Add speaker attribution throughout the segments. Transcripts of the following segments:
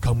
Speaker 1: Come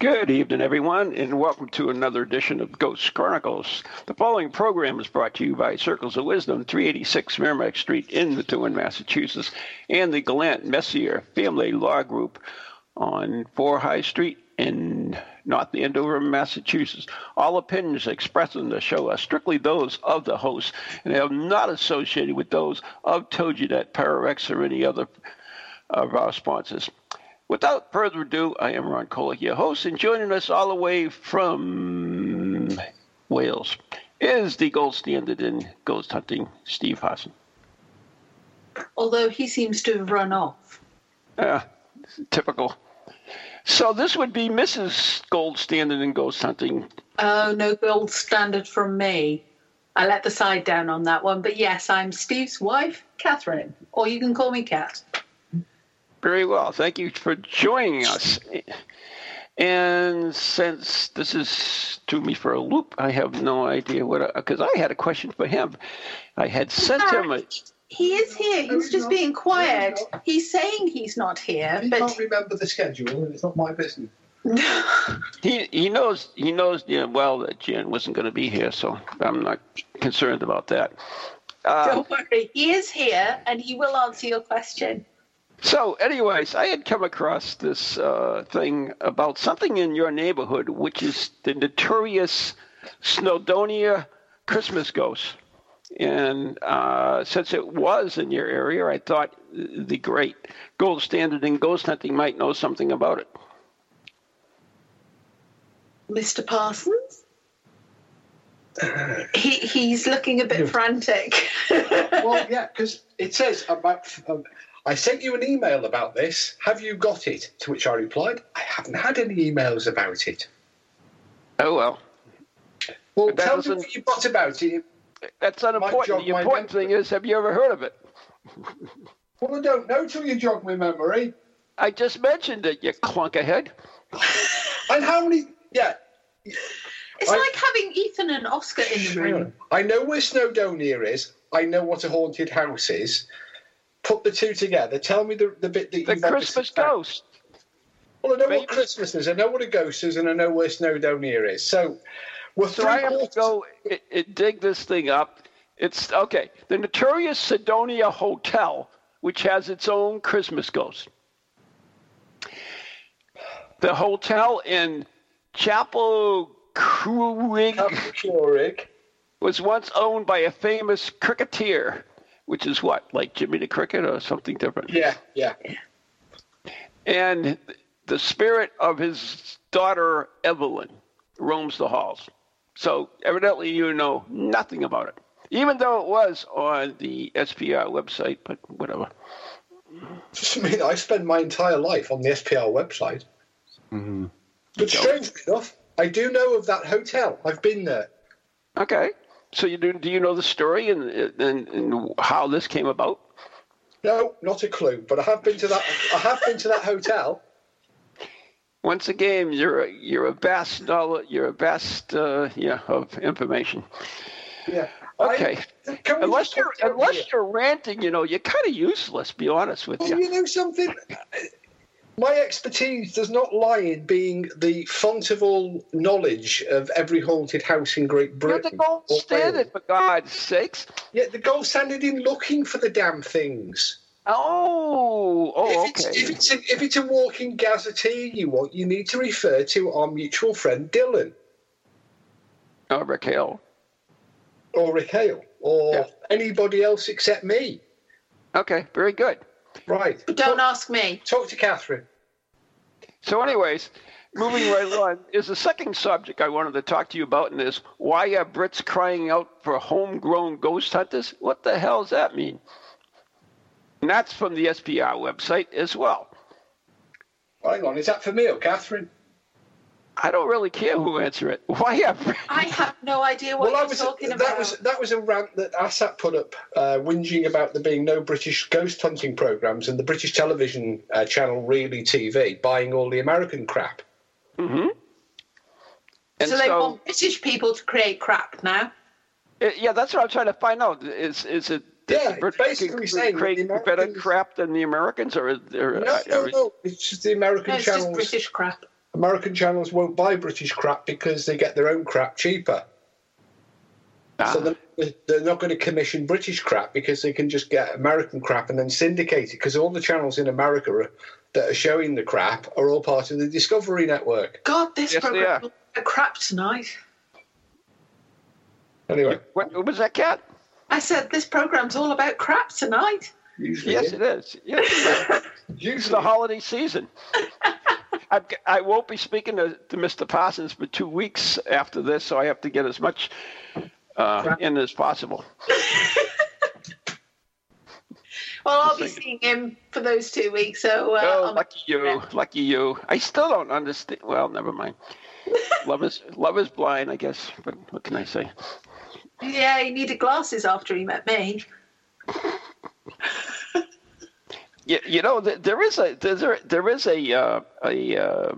Speaker 2: Good evening, everyone, and welcome to another edition of Ghost Chronicles. The following program is brought to you by Circles of Wisdom, 386 Merrimack Street in Methuen, Massachusetts, and the Gallant Messier Family Law Group on 4 High Street in North Andover, Massachusetts. All opinions expressed on the show are strictly those of the host and are not associated with those of TojiNet, Pararex, or any other of our sponsors. Without further ado, I am Ron Kolick, your host, and joining us all the way from Wales is the gold standard in ghost hunting, Steve Hassan.
Speaker 3: although he seems to have run off.
Speaker 2: Uh, typical. So this would be Mrs. Gold Standard in ghost hunting.
Speaker 3: Oh, no gold standard from me. I let the side down on that one. But yes, I'm Steve's wife, Catherine, or you can call me Cat.
Speaker 2: Very well. Thank you for joining us. And since this is threw me for a loop, I have no idea what because I had a question for him. I had sent him a,
Speaker 3: He is here. He's just being quiet. He's saying he's not here,
Speaker 4: He
Speaker 3: but
Speaker 4: can't remember the schedule, and it's not my business.
Speaker 2: He he knows he knows you know, well that Jan wasn't going to be here, so I'm not concerned about that. Uh,
Speaker 3: don't worry. He is here and he will answer your question.
Speaker 2: so, anyways, I had come across this uh, thing about something in your neighborhood, which is the notorious Snowdonia Christmas ghost. And uh, since it was in your area, I thought the great gold standard in ghost hunting might know something about it.
Speaker 3: Mr. Parsons? He, he's looking a bit frantic.
Speaker 4: well, yeah, because it says about. Um, I sent you an email about this. Have you got it? To which I replied, I haven't had any emails about it.
Speaker 2: Oh well,
Speaker 4: Well,
Speaker 2: But that
Speaker 4: tell
Speaker 2: doesn't-
Speaker 4: me what you got about it.
Speaker 2: that's not
Speaker 4: My
Speaker 2: important.
Speaker 4: job,
Speaker 2: The
Speaker 4: my
Speaker 2: important
Speaker 4: mentor.
Speaker 2: thing is, have you ever heard of it?
Speaker 4: Well, I don't know till you jog my memory.
Speaker 2: I just mentioned it, you clunkerhead.
Speaker 4: And how many? Yeah,
Speaker 3: It's
Speaker 4: I-
Speaker 3: like having Ethan and Oscar in the room.
Speaker 4: I know where Snowdonia is. I know what a haunted house is. Put the two together. Tell me the, the bit that
Speaker 2: The
Speaker 4: you've
Speaker 2: Christmas
Speaker 4: obviously found.
Speaker 2: ghost.
Speaker 4: Well, I know
Speaker 2: Maybe-
Speaker 4: what Christmas is. I know what a ghost is, and I know where Snowdonia is. So we're
Speaker 2: So I have to
Speaker 4: quarters-
Speaker 2: go it, it, dig this thing up. It's okay. The notorious Sidonia Hotel, which has its own Christmas ghost. The hotel in Chapel Cruig
Speaker 4: Camp Keurig.
Speaker 2: was once owned by a famous cricketer, which is what, like Jimmy the Cricket or something different?
Speaker 4: Yeah, yeah.
Speaker 2: And the spirit of his daughter Evelyn roams the halls. So evidently you know nothing about it. Even though it was on the SPR website, but whatever.
Speaker 4: Just, I mean, I spend my entire life on the SPR website.
Speaker 2: Mm-hmm.
Speaker 4: But strangely enough, I do know of that hotel. I've been there.
Speaker 2: Okay. So you do, do you know the story and, and, and how this came about?
Speaker 4: No, not a clue. But I have been to that. I have been to that hotel.
Speaker 2: Once again, you're a, you're a vast knowledge, you're a vast uh, yeah of information.
Speaker 4: Yeah.
Speaker 2: Okay.
Speaker 4: I- can we
Speaker 2: Unless
Speaker 4: just
Speaker 2: you're
Speaker 4: talk to
Speaker 2: unless you're ranting, you know, you're kind of useless. Be honest with
Speaker 4: Well,
Speaker 2: you.
Speaker 4: you know something? My expertise does not lie in being the font of all knowledge of every haunted house in Great
Speaker 2: You're
Speaker 4: Britain.
Speaker 2: the gold
Speaker 4: or Wales.
Speaker 2: standard, for God's sakes.
Speaker 4: Yeah, the gold standard in looking for the damn things.
Speaker 2: Oh, oh,
Speaker 4: if, it's, if,
Speaker 2: okay.
Speaker 4: it's a, if it's a walking gazetteer you want, you need to refer to our mutual friend Dylan
Speaker 2: Oh, Rick Hale.
Speaker 4: or Rick Hale or
Speaker 2: Yeah.
Speaker 4: anybody else except me.
Speaker 2: Okay, very good.
Speaker 4: Right.
Speaker 3: Don't
Speaker 4: talk,
Speaker 3: ask me.
Speaker 4: talk to Catherine.
Speaker 2: So, anyways, moving right along is the second subject I wanted to talk to you about, and is why are Brits crying out for homegrown ghost hunters? What the hell does that mean? And that's from the SPR website as well.
Speaker 4: Hang on, is that for me or Catherine?
Speaker 2: I don't really care who answer it. Why have
Speaker 3: I have no idea what
Speaker 4: well, I
Speaker 3: you're
Speaker 4: was
Speaker 3: talking
Speaker 4: that
Speaker 3: about.
Speaker 4: was that was a rant that ASAP put up, uh, whinging about there being no British ghost hunting programs and the British television uh, channel Really TV buying all the American crap.
Speaker 2: and
Speaker 3: so they want British people to create crap now.
Speaker 2: Uh, yeah, that's what I'm trying to find out. Is is it
Speaker 4: Yeah,
Speaker 2: is the British
Speaker 4: basically
Speaker 2: can
Speaker 4: saying that
Speaker 2: create
Speaker 4: the
Speaker 2: better
Speaker 4: Americans-
Speaker 2: crap than the Americans, or, is there-
Speaker 4: No,
Speaker 2: I-
Speaker 4: no,
Speaker 2: I-
Speaker 4: no. It's just the
Speaker 3: No,
Speaker 4: American
Speaker 3: it's just
Speaker 4: channels.
Speaker 3: British crap.
Speaker 4: American channels won't buy British crap because they get their own crap cheaper.
Speaker 2: Ah,
Speaker 4: So they're, they're not going to commission British crap because they can just get American crap and then syndicate it. Because all the channels in America are, that are showing the crap are all part of the Discovery Network.
Speaker 3: God, this
Speaker 2: Yes, they are.
Speaker 3: program looks like crap tonight.
Speaker 4: Anyway,
Speaker 2: what, what was that cat?
Speaker 3: I said this program's all about crap tonight.
Speaker 4: usually,
Speaker 2: Yes, it is. Yes, it is. it's the
Speaker 4: usually
Speaker 2: holiday season. I've, g- I won't be speaking to, to Mr. Parsons for two weeks after this, so I have to get as much uh, in as possible.
Speaker 3: Well, I'll be seeing him for those two weeks. So uh,
Speaker 2: Oh,
Speaker 3: I'll-
Speaker 2: lucky you, lucky you. I still don't understand. Well, never mind. love is love is blind, I guess. But what can I say?
Speaker 3: yeah, he needed glasses after he met me.
Speaker 2: you, you know th- there is a there's a, there is a uh, a uh,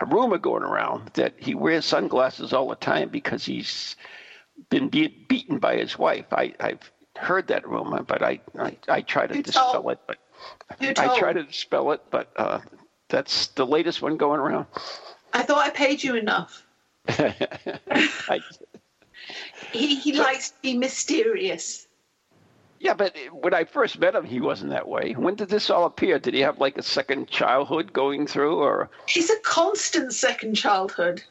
Speaker 2: a rumor going around that he wears sunglasses all the time because he's been be- beaten by his wife. I I've heard that rumor, but I I, I try to
Speaker 3: Who
Speaker 2: dispel
Speaker 3: told?
Speaker 2: it, but
Speaker 3: Who told?
Speaker 2: I try to dispel it, but uh, that's the latest one going around.
Speaker 3: I thought I paid you enough.
Speaker 2: I,
Speaker 3: He he likes to be mysterious.
Speaker 2: yeah, but when I first met him, he wasn't that way. When did this all appear? Did he have like a second childhood going through, or
Speaker 3: It's a constant second childhood.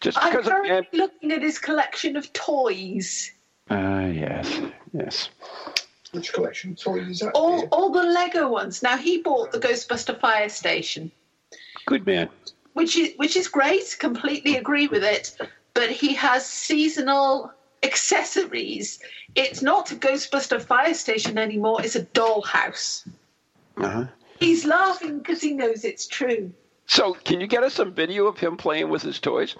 Speaker 2: just
Speaker 3: I'm
Speaker 2: because of
Speaker 3: currently looking at his collection of toys.
Speaker 2: Ah, yes, yes.
Speaker 4: which collection? Sorry, is that?
Speaker 3: All all the Lego ones. Now he bought the Ghostbuster fire station,
Speaker 2: Good man.
Speaker 3: which is which is great. Completely agree with it. But he has seasonal accessories. It's not a Ghostbuster fire station anymore. It's a dollhouse.
Speaker 2: Uh-huh.
Speaker 3: He's laughing because he knows it's true.
Speaker 2: So, can you get us some video of him playing with his toys?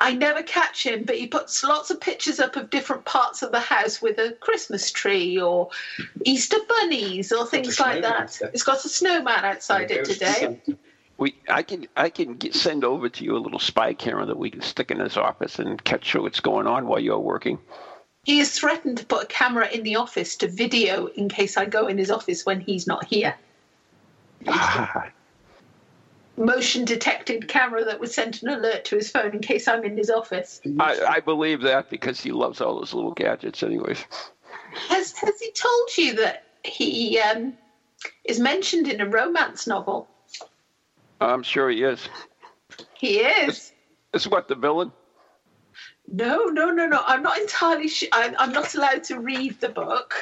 Speaker 3: I never catch him, but he puts lots of pictures up of different parts of the house with a Christmas tree or Easter bunnies or things like
Speaker 4: snowman
Speaker 3: that.
Speaker 4: outside.
Speaker 3: It's got a snowman outside it today.
Speaker 2: We, I can, I can get, send over to you a little spy camera that we can stick in his office and catch what's going on while you're working.
Speaker 3: He has threatened to put a camera in the office to video in case I go in his office when he's not here.
Speaker 2: Ah,
Speaker 3: Motion detected camera that would send an alert to his phone in case I'm in his office.
Speaker 2: I, I believe that because he loves all those little gadgets, anyways.
Speaker 3: Has has he told you that he um, is mentioned in a romance novel?
Speaker 2: I'm sure he is.
Speaker 3: He is.
Speaker 2: It's what the villain.
Speaker 3: No, no, no, no. I'm not entirely sure. I'm, I'm not allowed to read the book,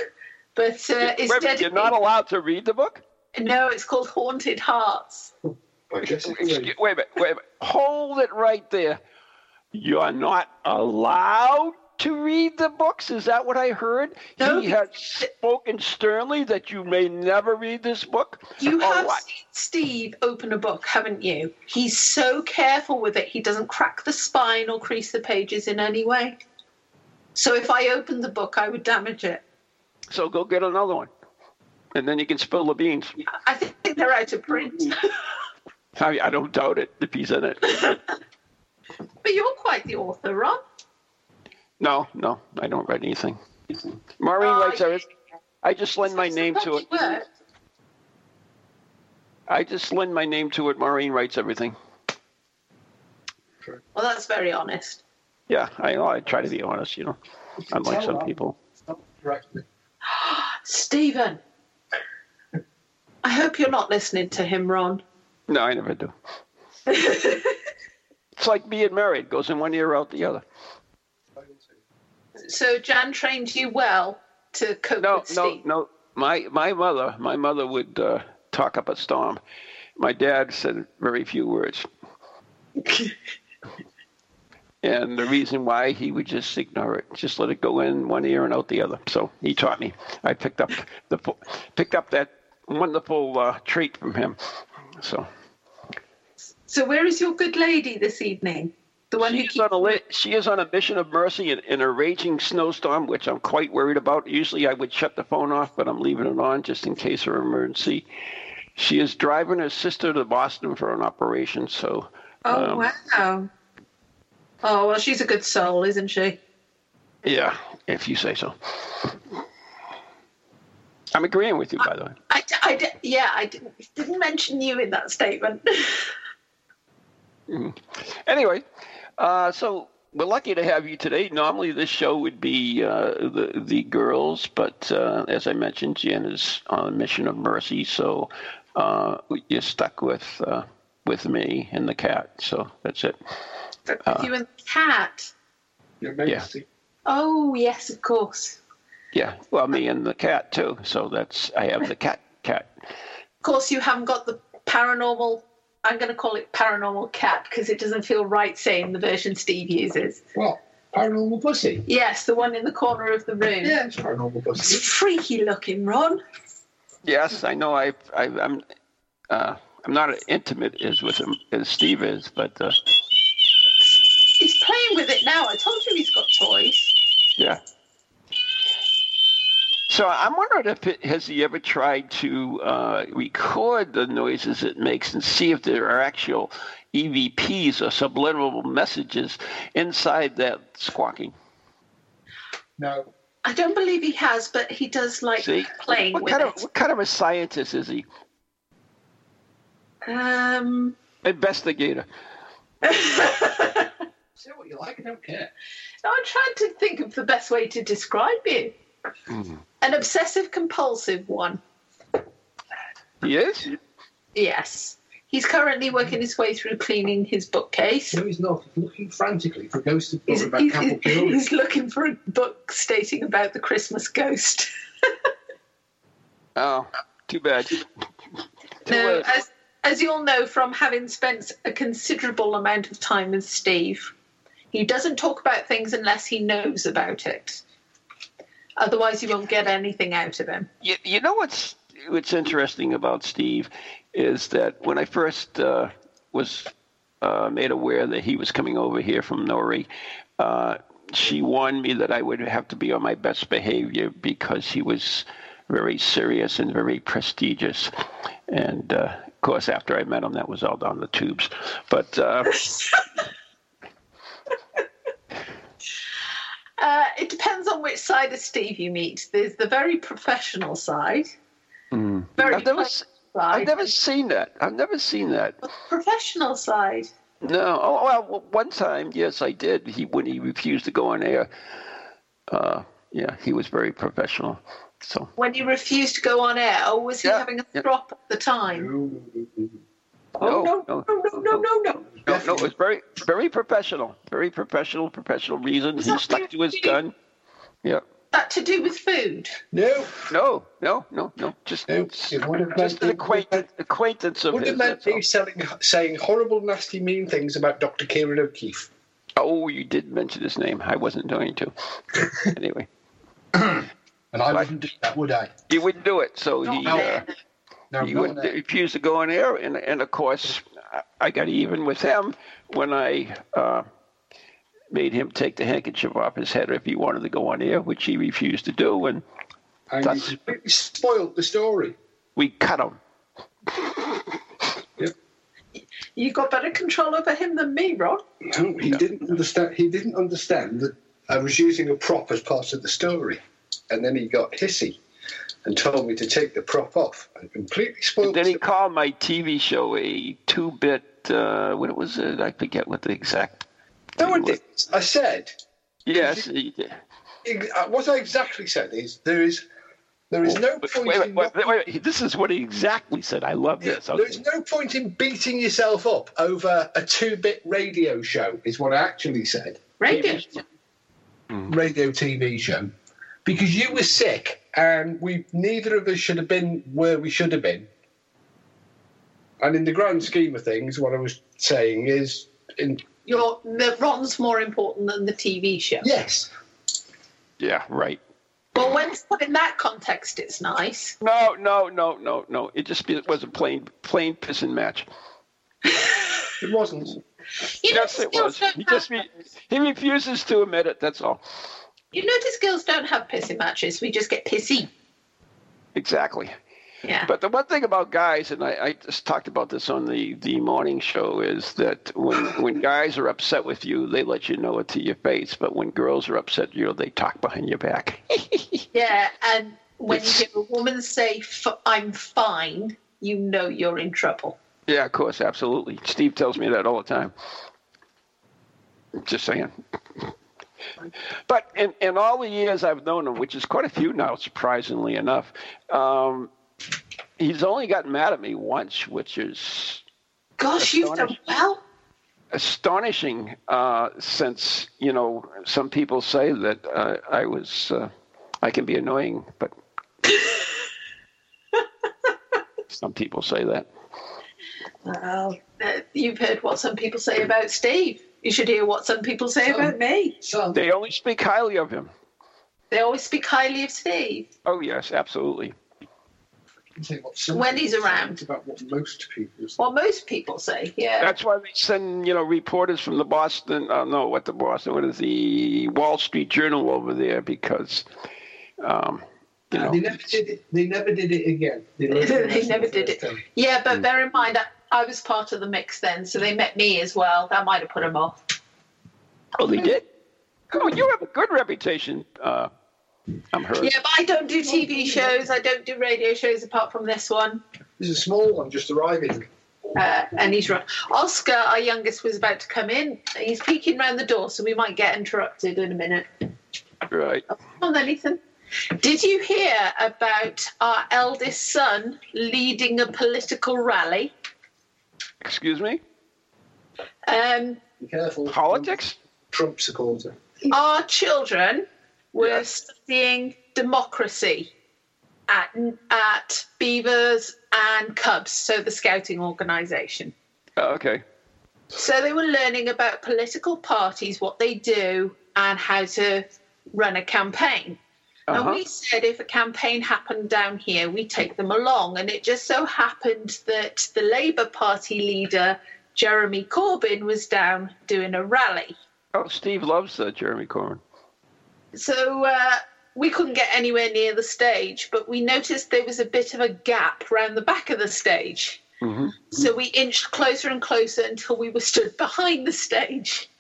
Speaker 3: but uh, it's
Speaker 2: Wait a minute,
Speaker 3: dedicated.
Speaker 2: you're not allowed to read the book.
Speaker 3: no, it's called Haunted Hearts.
Speaker 4: I guess it's
Speaker 2: Excuse, wait a minute, wait a minute. Hold it right there. You're not allowed to read the books. Is that what I heard?
Speaker 3: No,
Speaker 2: he
Speaker 3: he-
Speaker 2: has spoken sternly that you may never read this book.
Speaker 3: You
Speaker 2: Or
Speaker 3: have
Speaker 2: what?
Speaker 3: seen Steve open a book, haven't you? He's so careful with it. He doesn't crack the spine or crease the pages in any way. So if I opened the book, I would damage it.
Speaker 2: So go get another one, and then you can spill the beans.
Speaker 3: I think they're out of print.
Speaker 2: I, I don't doubt it if he's in it.
Speaker 3: but you're quite the author, Ron.
Speaker 2: No, no, I don't write anything. Maureen
Speaker 3: Oh,
Speaker 2: writes everything. I just lend my
Speaker 3: It's
Speaker 2: name to
Speaker 3: bloody
Speaker 2: it.
Speaker 3: work.
Speaker 2: I just lend my name to it. Maureen writes everything.
Speaker 3: Well, that's very honest.
Speaker 2: Yeah, I, oh, I try to be honest, you know, unlike some people.
Speaker 4: directly.
Speaker 3: Stephen, I hope you're not listening to him, Ron.
Speaker 2: No, I never do. it's like being married, goes in one ear out the other.
Speaker 3: So Jan trained you well to cope
Speaker 2: No,
Speaker 3: with
Speaker 2: no,
Speaker 3: Steve.
Speaker 2: no. My my mother, my mother would uh, talk up a storm. My dad said very few words, and the reason why he would just ignore it, just let it go in one ear and out the other. So he taught me. I picked up the fu- picked up that wonderful uh, trait from him. So
Speaker 3: So where is your good lady this evening? The one who
Speaker 2: She's
Speaker 3: keeps
Speaker 2: on a li- she is on a mission of mercy in, in a raging snowstorm, which I'm quite worried about. Usually I would shut the phone off, but I'm leaving it on just in case of emergency. She is driving her sister to Boston for an operation, so
Speaker 3: Oh
Speaker 2: um,
Speaker 3: wow. Oh well, she's a good soul, isn't she?
Speaker 2: yeah, if you say so. I'm agreeing with you, by the way.
Speaker 3: I, d- I d- yeah, I didn't, didn't mention you in that statement.
Speaker 2: Anyway, uh, so we're lucky to have you today. Normally, this show would be uh, the the girls, but uh, as I mentioned, Jen is on a mission of mercy, so uh, you're stuck with uh, with me and the cat. So that's it.
Speaker 3: But
Speaker 2: Uh.
Speaker 3: you and the cat.
Speaker 4: Amazing.
Speaker 3: Oh yes, of course.
Speaker 2: Yeah, well, me and the cat too. So that's I have the cat cat.
Speaker 3: Of course, you haven't got the paranormal. I'm going to call it paranormal cat because it doesn't feel right saying the version Steve uses.
Speaker 4: What? Paranormal pussy.
Speaker 3: Yes, the one in the corner of the room.
Speaker 4: Yeah, it's paranormal pussy.
Speaker 3: It's freaky looking, Ron.
Speaker 2: Yes, I know. I, I I'm uh, I'm not as intimate as with him as Steve is, but uh,
Speaker 3: He's playing with it now. I told you he's got toys.
Speaker 2: Yeah. So I'm wondering if it, has he ever tried to uh, record the noises it makes and see if there are actual EVPs or subliminal messages inside that squawking.
Speaker 4: No.
Speaker 3: I don't believe he has, but he does like
Speaker 2: See,
Speaker 3: playing
Speaker 2: what
Speaker 3: with
Speaker 2: kind
Speaker 3: it.
Speaker 2: of what kind of a scientist is he?
Speaker 3: Um,
Speaker 2: Investigator.
Speaker 4: Say what you like, I don't care.
Speaker 3: I'm trying to think of the best way to describe you. An obsessive compulsive one.
Speaker 2: He is.
Speaker 3: Yes. He's currently working his way through cleaning his bookcase.
Speaker 4: No, he's not. He's looking frantically for a ghost of
Speaker 3: He's,
Speaker 4: book about
Speaker 3: he's-
Speaker 4: Campbell Kill.
Speaker 3: he's looking for a book stating about the Christmas ghost.
Speaker 2: Oh, too bad. Too
Speaker 3: No,
Speaker 2: late.
Speaker 3: as, as you all know from having spent a considerable amount of time with Steve, he doesn't talk about things unless he knows about it. Otherwise, you won't get anything out of him.
Speaker 2: you, you know what's what's interesting about Steve is that when I first uh, was uh, made aware that he was coming over here from Norrie, uh, she warned me that I would have to be on my best behavior because he was very serious and very prestigious. And uh, of course, after I met him, that was all down the tubes. But uh,
Speaker 3: Uh, it depends on which side of Steve you meet. There's the very professional side, very
Speaker 2: I've never,
Speaker 3: polite
Speaker 2: s-
Speaker 3: side,
Speaker 2: I've never seen that. I've never seen that.
Speaker 3: professional side.
Speaker 2: No. Oh, well, w- one time, yes, I did. He when he refused to go on air. Uh, yeah, he was very professional. So
Speaker 3: When he refused to go on air, or was he
Speaker 2: Yeah,
Speaker 3: having a
Speaker 2: yeah.
Speaker 3: drop at the time?
Speaker 2: no,
Speaker 3: oh,
Speaker 2: no,
Speaker 3: no, no, no, no, no.
Speaker 2: no, no, it was very, very professional, very professional, professional reason. He stuck to his gun. Yeah.
Speaker 3: That to do with food.
Speaker 4: No,
Speaker 2: No, no, no, no. Just,
Speaker 4: no. It would have meant,
Speaker 2: just an acquaintance, acquaintance of
Speaker 4: would
Speaker 2: his.
Speaker 4: have meant
Speaker 2: that's all.
Speaker 4: me selling, saying horrible, nasty, mean things about Dr. Kieran O'Keefe.
Speaker 2: Oh, you did mention his name. I wasn't going to. anyway,
Speaker 4: And I
Speaker 2: Right.
Speaker 4: wouldn't do that, would I?
Speaker 2: he wouldn't do it. So he.
Speaker 4: now.
Speaker 2: Uh,
Speaker 4: No,
Speaker 2: he
Speaker 4: not
Speaker 2: would
Speaker 4: there.
Speaker 2: refuse to go on air, and and of course, I- I got even with him when I uh, made him take the handkerchief off his head if he wanted to go on air, which he refused to do, and
Speaker 4: And you
Speaker 2: That's-
Speaker 4: completely spoiled the story.
Speaker 2: we cut him.
Speaker 3: You got better control over him than me, Ron.
Speaker 4: No, he didn't understand. He didn't understand that I was using a prop as part of the story, and then he got hissy and told me to take the prop off and completely spoiled.
Speaker 2: Then he
Speaker 4: the-
Speaker 2: called my TV show a two-bit. Uh, what was it? I forget what the exact.
Speaker 4: no, I, didn't. I said
Speaker 2: Yes. he did.
Speaker 4: ex- uh, what I exactly said is there is there is no
Speaker 2: But
Speaker 4: point.
Speaker 2: Oh, wait, wait,
Speaker 4: in
Speaker 2: wait,
Speaker 4: not-
Speaker 2: wait, wait, This is what he exactly said. I love this.
Speaker 4: There is
Speaker 2: Okay.
Speaker 4: no point in beating yourself up over a two-bit radio show, is what I actually said.
Speaker 3: Radio.
Speaker 4: radio TV show because you were sick and we neither of us should have been where we should have been. And in the grand scheme of things, what I was saying is, in,
Speaker 3: Your the Ron's more important than the TV show.
Speaker 4: yes,
Speaker 2: Yeah. Right.
Speaker 3: Well, when it's put in that context, it's nice.
Speaker 2: No, no, no, no, no. It just be- was a plain, plain piss and match.
Speaker 4: It wasn't.
Speaker 3: You
Speaker 2: Yes,
Speaker 3: notice
Speaker 2: it
Speaker 3: girls
Speaker 2: was.
Speaker 3: don't
Speaker 2: He
Speaker 3: have
Speaker 2: just re- he refuses to admit it. That's all.
Speaker 3: you notice girls don't have pissy matches. We just get pissy.
Speaker 2: Exactly.
Speaker 3: Yeah.
Speaker 2: But the one thing about guys, and I, I just talked about this on the, the morning show, is that when when guys are upset with you, they let you know it to your face. But when girls are upset, you know, they talk behind your back.
Speaker 3: yeah, and when you hear a woman say F- "I'm fine," you know you're in trouble.
Speaker 2: yeah, of course, absolutely. Steve tells me that all the time. Just saying. But in, in all the years I've known him, which is quite a few now, surprisingly enough, um, he's only gotten mad at me once, which is
Speaker 3: Gosh, you've done
Speaker 2: Astonished.
Speaker 3: well.
Speaker 2: astonishing uh, since you know some people say that uh, I was uh, I can be annoying, but some people say that.
Speaker 3: Well, uh, you've heard what some people say about Steve. You should hear what some people say about me.
Speaker 4: So
Speaker 2: They only speak highly of him.
Speaker 3: They always speak highly of Steve.
Speaker 2: Oh yes, absolutely.
Speaker 3: When he's around.
Speaker 4: about what most people. say.
Speaker 3: Well, most people say, yeah.
Speaker 2: That's why they send you know reporters from the Boston. Uh, no, what the Boston? What is the Wall Street Journal over there? Because um, you know
Speaker 4: They never did it. They never did it again. They never,
Speaker 3: they never did it. Yeah,
Speaker 2: Hmm.
Speaker 3: but bear in mind, I, I was part of the mix then, so they met me as well. That might have put them off.
Speaker 2: oh they did. Oh, you have a good reputation. Uh, I'm hurt.
Speaker 3: Yeah, but I don't do TV shows. I don't do radio shows apart from this one.
Speaker 4: There's a small one just arriving.
Speaker 3: Uh, and he's right. Oscar, our youngest, was about to come in. He's peeking round the door, so we might get interrupted in a minute.
Speaker 2: Right.
Speaker 3: Come on then, Ethan. Did you hear about our eldest son leading a political rally?
Speaker 2: Excuse me.
Speaker 3: Um,
Speaker 4: Be careful.
Speaker 2: Politics.
Speaker 4: Trump supporter.
Speaker 3: our children were
Speaker 2: Yeah.
Speaker 3: studying democracy at, at Beavers and Cubs, so the scouting organisation.
Speaker 2: Oh, okay.
Speaker 3: So they were learning about political parties, what they do, and how to run a campaign.
Speaker 2: Uh-huh.
Speaker 3: And we said if a campaign happened down here, we take them along. And it just so happened that the Labour Party leader, Jeremy Corbyn, was down doing a rally.
Speaker 2: Oh, Steve loves uh, Jeremy Corbyn.
Speaker 3: So uh, we couldn't get anywhere near the stage, but we noticed there was a bit of a gap round the back of the stage.
Speaker 2: Mhm.
Speaker 3: So we inched closer and closer until we were stood behind the stage.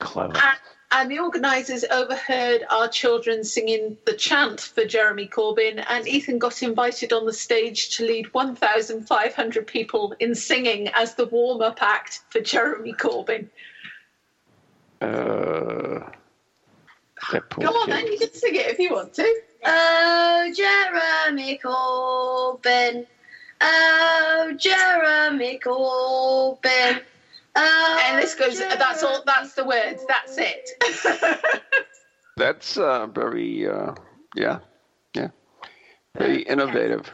Speaker 2: Clever.
Speaker 3: And, and the organisers overheard our children singing the chant for Jeremy Corbyn, and Ethan got invited on the stage to lead 1,500 people in singing as the warm up act for Jeremy Corbyn.
Speaker 2: Uh, that poor
Speaker 3: Come on,
Speaker 2: kid.
Speaker 3: then, you can sing it if you want to.
Speaker 5: Oh, Jeremy Corbyn. Oh, Jeremy Corbyn. Oh,
Speaker 3: And this goes, uh, that's all, that's the words, that's it.
Speaker 2: That's uh, very, uh, yeah, yeah, very innovative.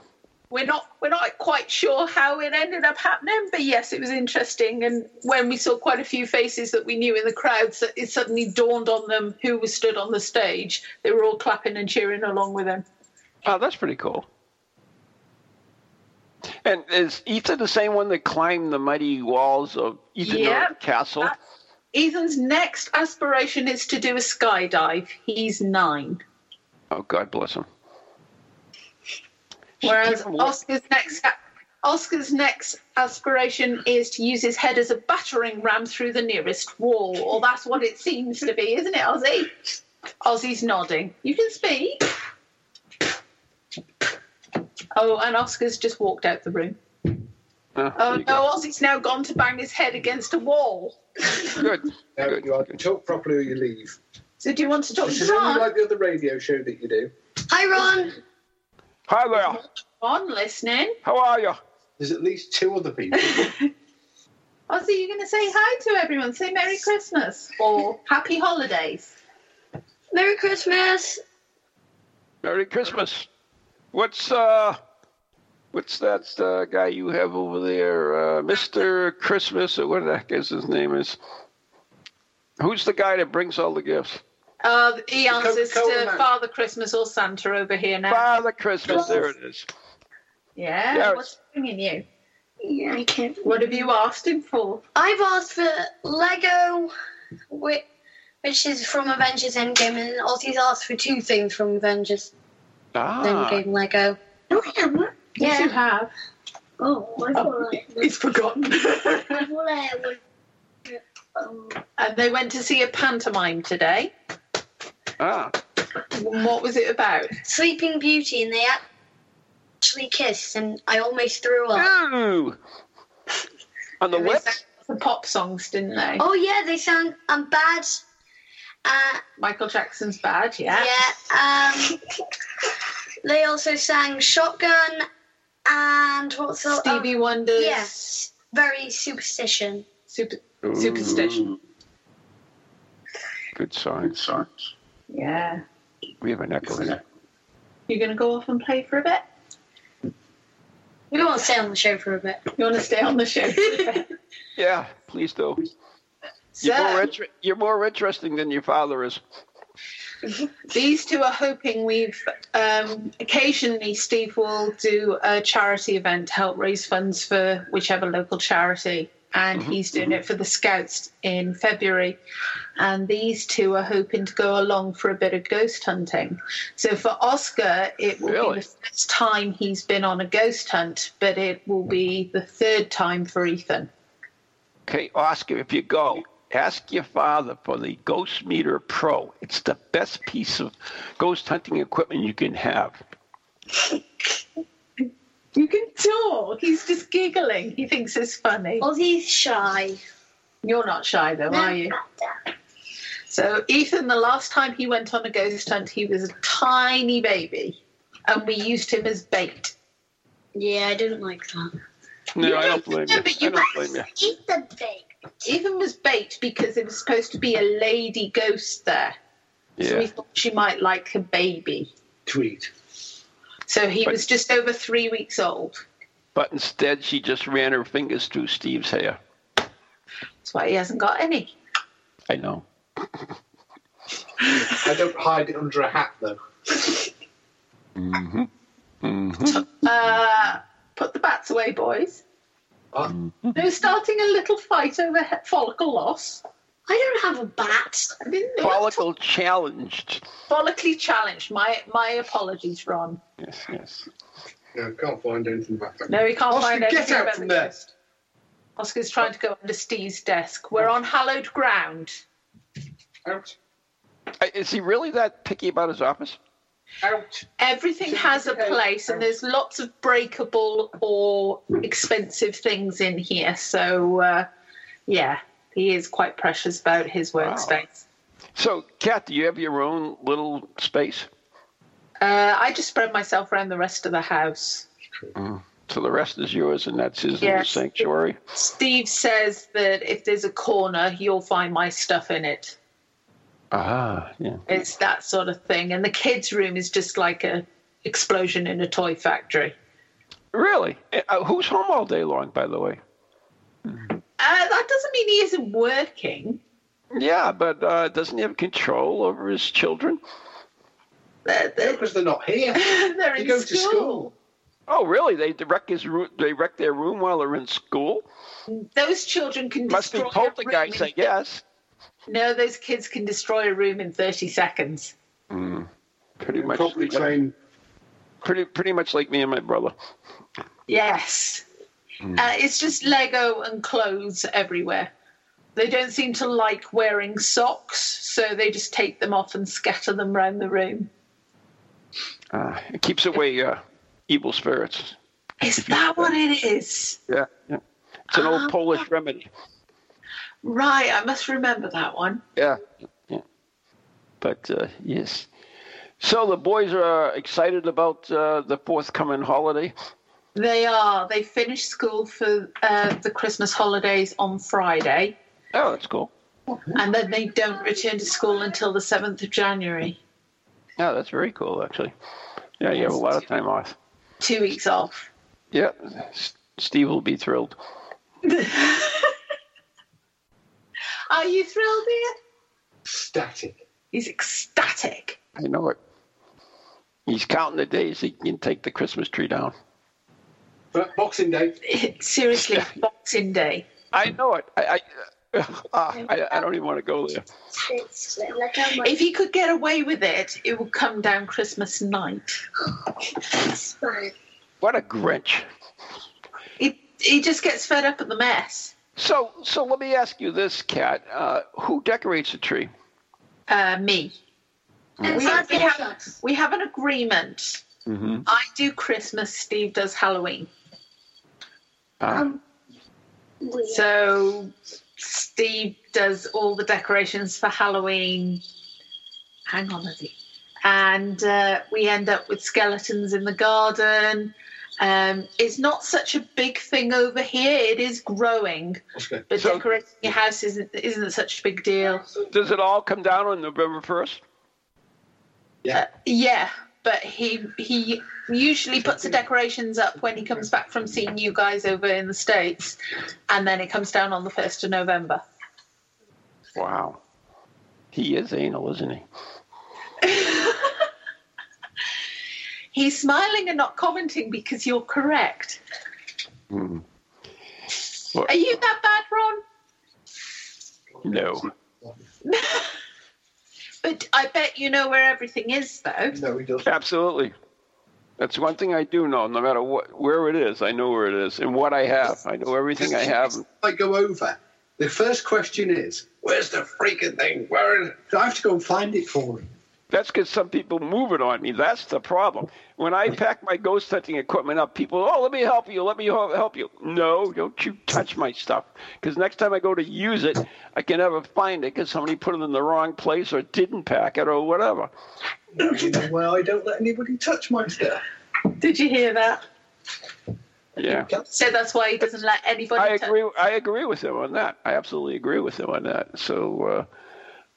Speaker 3: we're not we're not quite sure how it ended up happening, but yes, it was interesting. And when we saw quite a few faces that we knew in the crowd, so it suddenly dawned on them who was stood on the stage. They were all clapping and cheering along with him.
Speaker 2: Oh, that's pretty cool. And is Ethan the same one that climbed the mighty walls of Ethan
Speaker 3: Yeah.
Speaker 2: Castle?
Speaker 3: Ethan's next aspiration is to do a skydive. He's nine.
Speaker 2: Oh, God bless him.
Speaker 3: Whereas
Speaker 2: Ethan, what-
Speaker 3: Oscar's next Oscar's next aspiration is to use his head as a battering ram through the nearest wall, or that's what it seems to be, isn't it, Ozzy? Ozzy's nodding. You can speak. Oh, and Oscar's just walked out the room.
Speaker 2: Oh, there
Speaker 3: Oh
Speaker 2: you
Speaker 3: no, Ozzy's now gone to bang his head against a wall.
Speaker 2: go. Good.
Speaker 4: Now
Speaker 2: Good.
Speaker 4: you either talk properly or you leave.
Speaker 3: So do you want to talk
Speaker 4: This
Speaker 3: to
Speaker 4: is only
Speaker 3: Ron?
Speaker 4: like the other radio show that you do.
Speaker 5: Hi, Ron.
Speaker 2: Hi there.
Speaker 3: Ron, listening.
Speaker 2: How are you?
Speaker 4: There's at least two other people.
Speaker 3: Ozzy, you're going to say hi to everyone. Say Merry Christmas or Happy Holidays.
Speaker 5: Merry Christmas.
Speaker 2: Merry Christmas. What's uh, what's that uh, guy you have over there, uh, Mister Christmas, or what the heck is his name is? Who's the guy that brings all the gifts?
Speaker 3: Uh, he answers
Speaker 4: Coca-Cola
Speaker 3: to
Speaker 4: man.
Speaker 3: Father Christmas or Santa over here now.
Speaker 2: Father Christmas. There it is.
Speaker 3: yeah,
Speaker 2: yeah,
Speaker 3: what's bringing you?
Speaker 5: Yeah, I can't.
Speaker 3: What have you asked him for?
Speaker 5: I've asked for Lego, which, which is from Avengers Endgame, and Aussie's asked for two things from Avengers
Speaker 2: Ah,
Speaker 5: Endgame Lego.
Speaker 3: No, I haven't. Yes,
Speaker 5: Oh, Yeah.
Speaker 3: you have.
Speaker 5: Oh, I
Speaker 3: Oh,
Speaker 5: thought I,
Speaker 3: he's forgotten.
Speaker 5: I thought I would. Um,
Speaker 3: and they went to see a pantomime today.
Speaker 2: ah,
Speaker 3: And What was it about?
Speaker 5: Sleeping Beauty, and they actually kissed, and I almost threw up.
Speaker 3: Oh.
Speaker 2: Ooh. On the
Speaker 3: They
Speaker 2: web,
Speaker 3: sang the pop songs, didn't they?
Speaker 5: Oh yeah, they sang um, bad. Uh,
Speaker 3: Michael Jackson's bad, yeah.
Speaker 5: yeah. Um, they also sang Shotgun and what's the
Speaker 3: Stevie
Speaker 5: Um,
Speaker 3: Wonder's
Speaker 5: yes, very superstition.
Speaker 3: super, Superstition.
Speaker 2: Good signs.
Speaker 3: Yeah.
Speaker 2: We have an echo in it.
Speaker 3: You're going to go off and play for a bit?
Speaker 5: We want to stay on the show for a bit.
Speaker 3: You want to stay on the show? for a bit?
Speaker 2: Yeah, please do. You're more,
Speaker 3: so,
Speaker 2: inter- you're more interesting than your father is.
Speaker 3: these two are hoping we've um, occasionally Steve will do a charity event to help raise funds for whichever local charity. And he's doing it for the Scouts in February. And these two are hoping to go along for a bit of ghost hunting. So for Oscar, it will
Speaker 2: Really?
Speaker 3: be the first time he's been on a ghost hunt, but it will be the third time for Ethan.
Speaker 2: Okay, Oscar, if you go, ask your father for the Ghost Meter Pro. It's the best piece of ghost hunting equipment you can have.
Speaker 3: You can talk. He's just giggling. He thinks it's funny.
Speaker 5: Aussie's shy.
Speaker 3: You're not shy though, are you? So Ethan, the last time he went on a ghost hunt, he was a tiny baby, and we used him as bait.
Speaker 5: Yeah, I didn't like that.
Speaker 2: No, I don't blame you.
Speaker 3: Yeah, but you
Speaker 2: I don't blame you.
Speaker 5: Eat the big.
Speaker 3: Ethan was bait because there was supposed to be a lady ghost there, so we
Speaker 2: Yeah.
Speaker 3: thought she might like a baby.
Speaker 4: Tweet.
Speaker 3: So he
Speaker 2: But-
Speaker 3: was just over three weeks old.
Speaker 2: But instead, she just ran her fingers through Steve's hair.
Speaker 3: That's why he hasn't got any.
Speaker 2: I know.
Speaker 4: I don't hide it under a hat though.
Speaker 3: Uh, put the bats away, boys.
Speaker 4: What?
Speaker 2: Mm.
Speaker 3: No starting a little fight over he- follicle loss.
Speaker 5: I don't have a bat.
Speaker 3: I didn't know
Speaker 2: Follicle challenged.
Speaker 3: follically challenged. My my apologies, Ron.
Speaker 2: Yes, yes.
Speaker 4: No, can't find anything about that.
Speaker 3: No, we can't
Speaker 4: Oscar,
Speaker 3: find
Speaker 4: get
Speaker 3: anything
Speaker 4: out
Speaker 3: about
Speaker 4: from
Speaker 3: the
Speaker 4: there.
Speaker 3: ghost. Oscar's trying to go under Steve's desk. We're on hallowed ground.
Speaker 4: Out.
Speaker 2: I- Is he really that picky about his office?
Speaker 4: Out.
Speaker 3: Everything has a place, and there's lots of breakable or expensive things in here. So, uh, yeah, he is quite precious about his workspace.
Speaker 2: So, Kat, do you have your own little space?
Speaker 3: Uh, I just spread myself around the rest of the house.
Speaker 2: So the rest is yours, and that's his little
Speaker 3: Yes.
Speaker 2: sanctuary.
Speaker 3: Steve says that if there's a corner, you'll find my stuff in it.
Speaker 2: Ah, yeah.
Speaker 3: it's that sort of thing and the kids room is just like a explosion in a toy factory
Speaker 2: Really? Uh, who's home all day long, by the way?
Speaker 3: uh, that doesn't mean he isn't working
Speaker 2: Yeah, but uh, doesn't he have control over his children?
Speaker 3: they're, they're,
Speaker 4: Because they're not here.
Speaker 3: they're
Speaker 4: They
Speaker 3: in
Speaker 4: go
Speaker 3: school.
Speaker 4: to school.
Speaker 2: Oh, really? They wreck his room. They wreck their room while they're in school.
Speaker 3: those children can
Speaker 2: Must be
Speaker 3: destroy a room
Speaker 2: poltergeist, eh?
Speaker 3: in-
Speaker 2: I guess.
Speaker 3: no those kids can destroy a room in 30 seconds
Speaker 2: Pretty much.
Speaker 4: Probably train.
Speaker 2: Pretty, pretty much like me and my brother.
Speaker 3: yes
Speaker 2: Hmm.
Speaker 3: uh, it's just lego and clothes everywhere they don't seem to like wearing socks so they just take them off and scatter them round the room
Speaker 2: Uh, it keeps away uh, evil spirits.
Speaker 3: is that what it is
Speaker 2: Yeah, yeah. It's an old Polish remedy.
Speaker 3: right i must remember that one
Speaker 2: Yeah, yeah. But uh, yes. So the boys are excited about uh, the forthcoming holiday.
Speaker 3: They are. They finish school for uh, the Christmas holidays on Friday,
Speaker 2: Oh, that's cool.
Speaker 3: and then they don't return to school until the seventh of January.
Speaker 2: Yeah, that's very cool, actually. Yeah, you have a lot of time off.
Speaker 3: Two weeks off.
Speaker 2: Yeah, S- Steve will be thrilled.
Speaker 3: Are you thrilled, dear?
Speaker 4: Static.
Speaker 3: He's ecstatic.
Speaker 2: I know it. He's counting the days he can take the Christmas tree down.
Speaker 4: But Boxing Day.
Speaker 3: Seriously, Boxing Day.
Speaker 2: I know it. I, I, ah, I, I don't even want to go there.
Speaker 5: It's like a
Speaker 3: If he could get away with it, it would come down Christmas night.
Speaker 5: smile.
Speaker 2: What a Grinch.
Speaker 3: He, he just gets fed up at the mess.
Speaker 2: So, so let me ask you this, Kat. Uh, who decorates the tree?
Speaker 3: Uh, me.
Speaker 5: And
Speaker 3: We
Speaker 5: so
Speaker 3: have, we, have,
Speaker 5: shots.
Speaker 3: we have an agreement.
Speaker 2: Mm-hmm.
Speaker 3: I do Christmas, Steve does Halloween.
Speaker 2: Uh,
Speaker 5: Um, we-
Speaker 3: So Steve does all the decorations for Halloween. Hang on, Lizzie. And uh, we end up with skeletons in the garden. Um, it's not such a big thing over here. It is growing,
Speaker 4: Okay.
Speaker 3: but
Speaker 2: So-
Speaker 3: decorating your house isn't isn't such a big deal.
Speaker 2: Does it all come down on November 1st?
Speaker 4: Yeah.
Speaker 3: Uh, Yeah, but he he usually puts the decorations up when he comes back from seeing you guys over in the states, and then it comes down on the first of November.
Speaker 2: Wow. He is anal, isn't he?
Speaker 3: He's smiling and not commenting because you're correct.
Speaker 2: Mm.
Speaker 3: Are you that bad, Ron?
Speaker 2: No.
Speaker 3: But I bet you know where everything is, though.
Speaker 4: No, he doesn't.
Speaker 2: Absolutely. That's one thing I do know. No matter what, where it is, I know where it is and what I have. I know everything I have.
Speaker 4: I go over. The first question is, where's the freaking thing? Where is it? So I have to go and find it for him.
Speaker 2: That's because some people move it on me. That's the problem. When I pack my ghost hunting equipment up, people, oh, let me help you. Let me hel- help you. No, don't you touch my stuff. Because next time I go to use it, I can never find it because somebody put it in the wrong place or didn't pack it or whatever.
Speaker 4: You know, well, I don't let anybody touch my stuff.
Speaker 3: Did you hear that?
Speaker 2: Yeah.
Speaker 3: So that's why he doesn't let anybody.
Speaker 2: I
Speaker 3: touch-
Speaker 2: agree. I agree with him on that. I absolutely agree with him on that. So, uh,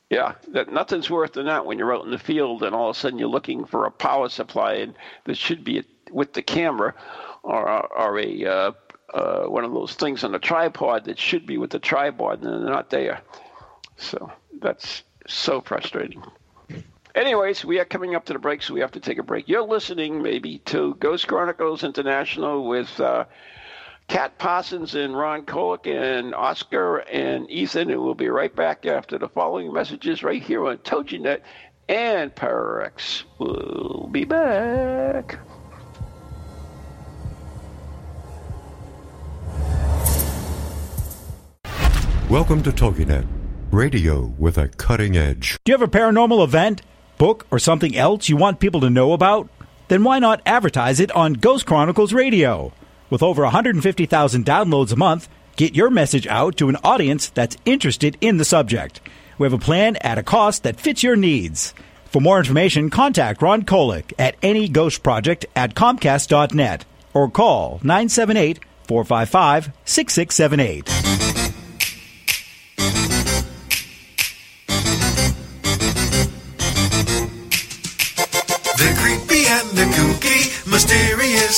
Speaker 2: yeah, that nothing's worse than that when you're out in the field and all of a sudden you're looking for a power supply and this should be with the camera or or a uh, uh, one of those things on a tripod that should be with the tripod and they're not there. So that's so frustrating. Anyways, we are coming up to the break, so we have to take a break. You're listening maybe to Ghost Chronicles International with. Uh, Kat Parsons and Ron Kolick and Oscar and Ethan, and we'll be right back after the following messages right here on TojiNet and PowerX. We'll be back.
Speaker 6: Welcome to TogiNet, radio with a cutting edge.
Speaker 7: Do you have a paranormal event, book, or something else you want people to know about? Then why not advertise it on Ghost Chronicles Radio? With over 150,000 downloads a month, get your message out to an audience that's interested in the subject. We have a plan at a cost that fits your needs. For more information, contact Ron Kolick at any ghost project at comcast.net or call 978 455 6678.
Speaker 8: They're creepy and they're kooky, mysterious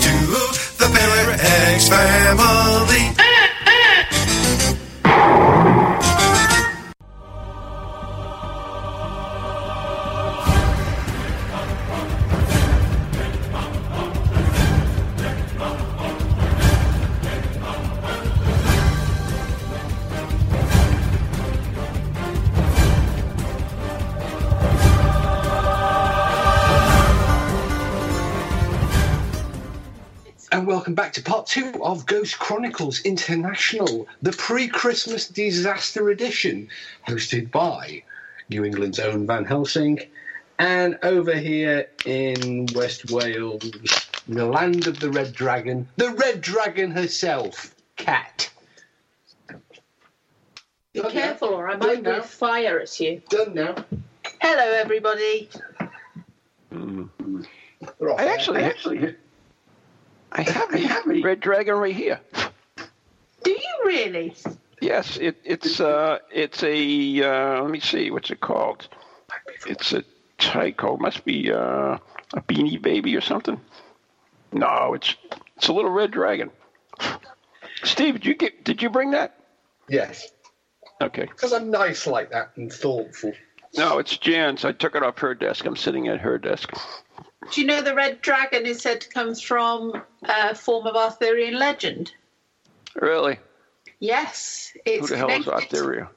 Speaker 8: to the Para-X family.
Speaker 4: And welcome back to part two of Ghost Chronicles International, the pre Christmas disaster edition, hosted by New England's own Van Helsing. And over here in West Wales, the land of the Red Dragon, the Red Dragon herself, Cat.
Speaker 3: Be careful, or I might breathe fire at you.
Speaker 4: Done now.
Speaker 3: Hello, everybody.
Speaker 4: They're off
Speaker 2: I
Speaker 4: air.
Speaker 2: actually, actually, I have a red dragon right here.
Speaker 3: Do you really?
Speaker 2: Yes, it, it's uh, it's a uh, let me see what's it called. It's a Tyco. Must be uh, a Beanie Baby or something. No, it's it's a little red dragon. Steve, did you get? Did you bring that?
Speaker 4: Yes.
Speaker 2: Okay.
Speaker 4: Because I'm nice like that and thoughtful.
Speaker 2: No, it's Jan's. I took it off her desk. I'm sitting at her desk.
Speaker 3: Do you know the red dragon is said to come from a form of Arthurian legend?
Speaker 2: Really?
Speaker 3: Yes, it's
Speaker 2: Who the hell is
Speaker 3: connected-
Speaker 2: Arthuria?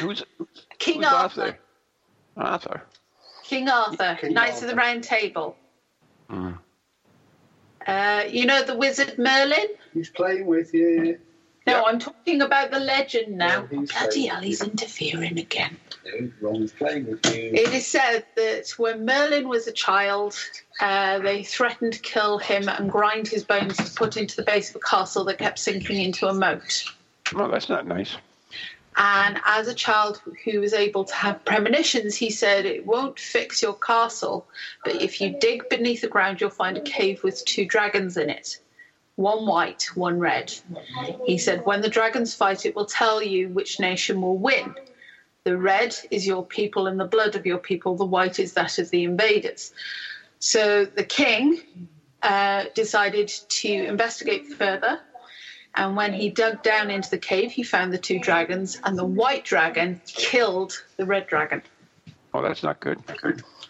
Speaker 2: Who's
Speaker 3: King
Speaker 2: who's
Speaker 3: Arthur.
Speaker 2: Arthur? Arthur.
Speaker 3: King Arthur,
Speaker 4: King
Speaker 3: Knights of the
Speaker 4: Arthur.
Speaker 3: Round Table. Uh, you know the wizard Merlin?
Speaker 4: He's playing with you.
Speaker 3: No, I'm talking about the legend now.
Speaker 4: Yeah, he's
Speaker 3: Bloody
Speaker 4: like-
Speaker 3: hell, he's interfering again.
Speaker 4: No, Ron's playing with you.
Speaker 3: It is said that when Merlin was a child, uh, they threatened to kill him and grind his bones to put into the base of a castle that kept sinking into a moat.
Speaker 2: Oh, that's not nice.
Speaker 3: And as a child who was able to have premonitions, he said, It won't fix your castle, but if you dig beneath the ground, you'll find a cave with two dragons in it one white, one red. He said, When the dragons fight, it will tell you which nation will win. The red is your people and the blood of your people, the white is that of the invaders. So the king uh, decided to investigate further and when he dug down into the cave, he found the two dragons, and the white dragon killed the red dragon.
Speaker 2: Oh, that's not good.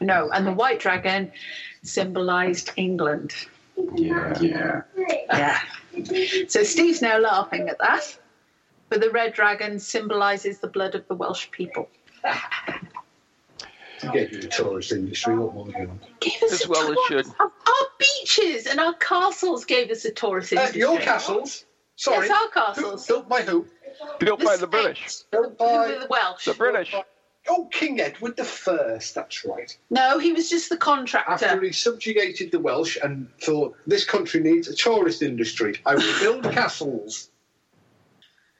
Speaker 3: No, and the white dragon symbolized England.
Speaker 2: Yeah.
Speaker 4: Yeah.
Speaker 3: Yeah. So Steve's now laughing at that, but the red dragon symbolizes the blood of the Welsh people.
Speaker 4: Get you the tourist industry. What more you want?
Speaker 3: Gave us
Speaker 2: As
Speaker 3: a
Speaker 2: well it
Speaker 3: tour
Speaker 2: should.
Speaker 3: of Our beaches and our castles gave us a tourist
Speaker 4: Uh,
Speaker 3: industry.
Speaker 4: your castles. Sorry.
Speaker 3: Yes, our castles.
Speaker 4: Who- Built by who?
Speaker 2: Built
Speaker 3: The
Speaker 2: by the British.
Speaker 3: States, The, the Welsh.
Speaker 2: The British.
Speaker 4: Oh, King Edward the First. That's right.
Speaker 3: No, he was just the
Speaker 4: After
Speaker 3: contractor.
Speaker 4: he subjugated the Welsh and thought this country needs a tourist industry, I will build castles.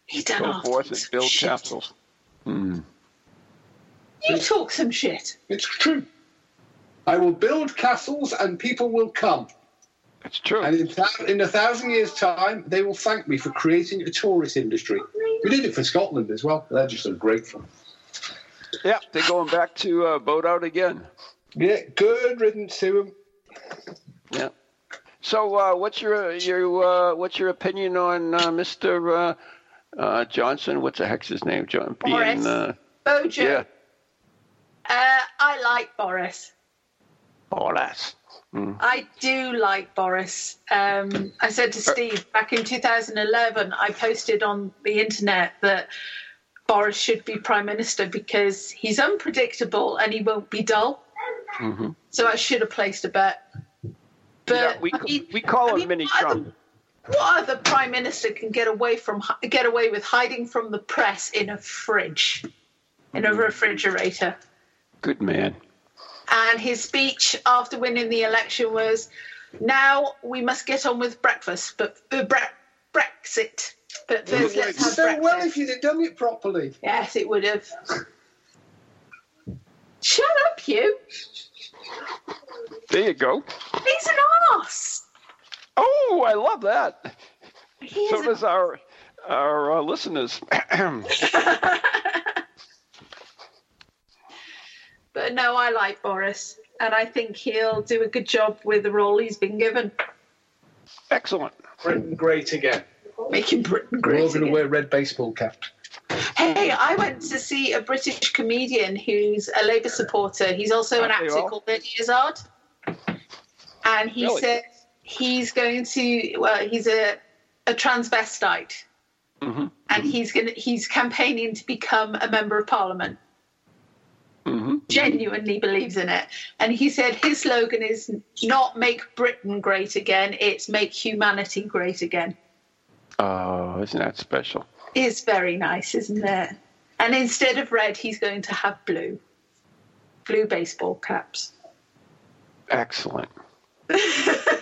Speaker 3: He done
Speaker 2: Go
Speaker 3: our
Speaker 2: forth
Speaker 3: things.
Speaker 2: and build
Speaker 3: Shit.
Speaker 2: castles.
Speaker 3: You talk some shit.
Speaker 4: It's true. I will build castles and people will come.
Speaker 2: That's true.
Speaker 4: And in, thou- in a thousand years' time, they will thank me for creating a tourist industry. We did it for Scotland as well. They're just ungrateful.
Speaker 2: yeah, they're going back to uh, boat out again.
Speaker 4: Yeah, good riddance to them.
Speaker 2: Yeah. So, uh, what's your your uh, what's your opinion on uh, Mr. Uh, uh, Johnson? What's the heck's his name? John
Speaker 3: Boris.
Speaker 2: uh,
Speaker 3: Bojo.
Speaker 2: yeah,
Speaker 3: Uh, I like Boris.
Speaker 2: Boris.
Speaker 3: I do like Boris. Um, I said
Speaker 2: Uh,
Speaker 3: to Steve back in 2011, I posted on the internet that Boris should be prime minister because he's unpredictable and he won't be dull. So I should have placed a bet. But
Speaker 2: Mm-hmm. yeah, we,
Speaker 3: I mean-
Speaker 2: we call
Speaker 3: I
Speaker 2: him
Speaker 3: mean,
Speaker 2: Mini
Speaker 3: what
Speaker 2: Trump.
Speaker 3: other- what other prime minister can get away from get away with hiding from the press in a fridge, in
Speaker 2: Mm-hmm.
Speaker 3: a refrigerator?
Speaker 2: Good man.
Speaker 3: and his speech after winning the election was, "Now we must get on with breakfast, but uh, bre- Brexit. But first, let's have
Speaker 4: So
Speaker 3: breakfast."
Speaker 4: well if you'd have done it properly.
Speaker 3: yes, it would have. Shut up, you.
Speaker 2: There you go.
Speaker 3: He's an arse.
Speaker 2: Oh, I love that.
Speaker 3: He
Speaker 2: So
Speaker 3: is
Speaker 2: does
Speaker 3: a,
Speaker 2: our our uh, listeners.
Speaker 3: but no, I like Boris, and I think he'll do a good job with the role he's been given,
Speaker 2: Excellent.
Speaker 4: Britain great again.
Speaker 3: making Britain
Speaker 4: We're
Speaker 3: great.
Speaker 4: all going to
Speaker 3: again.
Speaker 4: wear red baseball caps.
Speaker 3: Hey, I went to see a British comedian who's a Labour supporter. He's also an
Speaker 2: Aren't they
Speaker 3: actor
Speaker 2: all?
Speaker 3: called Eddie Izzard. And he
Speaker 2: Really?
Speaker 3: said he's going to, well, he's a, a transvestite.
Speaker 2: Mm-hmm.
Speaker 3: And he's going to, he's campaigning to become a member of parliament.
Speaker 2: Mm-hmm.
Speaker 3: Genuinely believes in it. And he said his slogan is not make Britain great again, it's make humanity great again
Speaker 2: Oh, isn't that special?
Speaker 3: is very nice, isn't it? And instead of red, he's going to have blue. Blue baseball caps.
Speaker 2: Excellent. I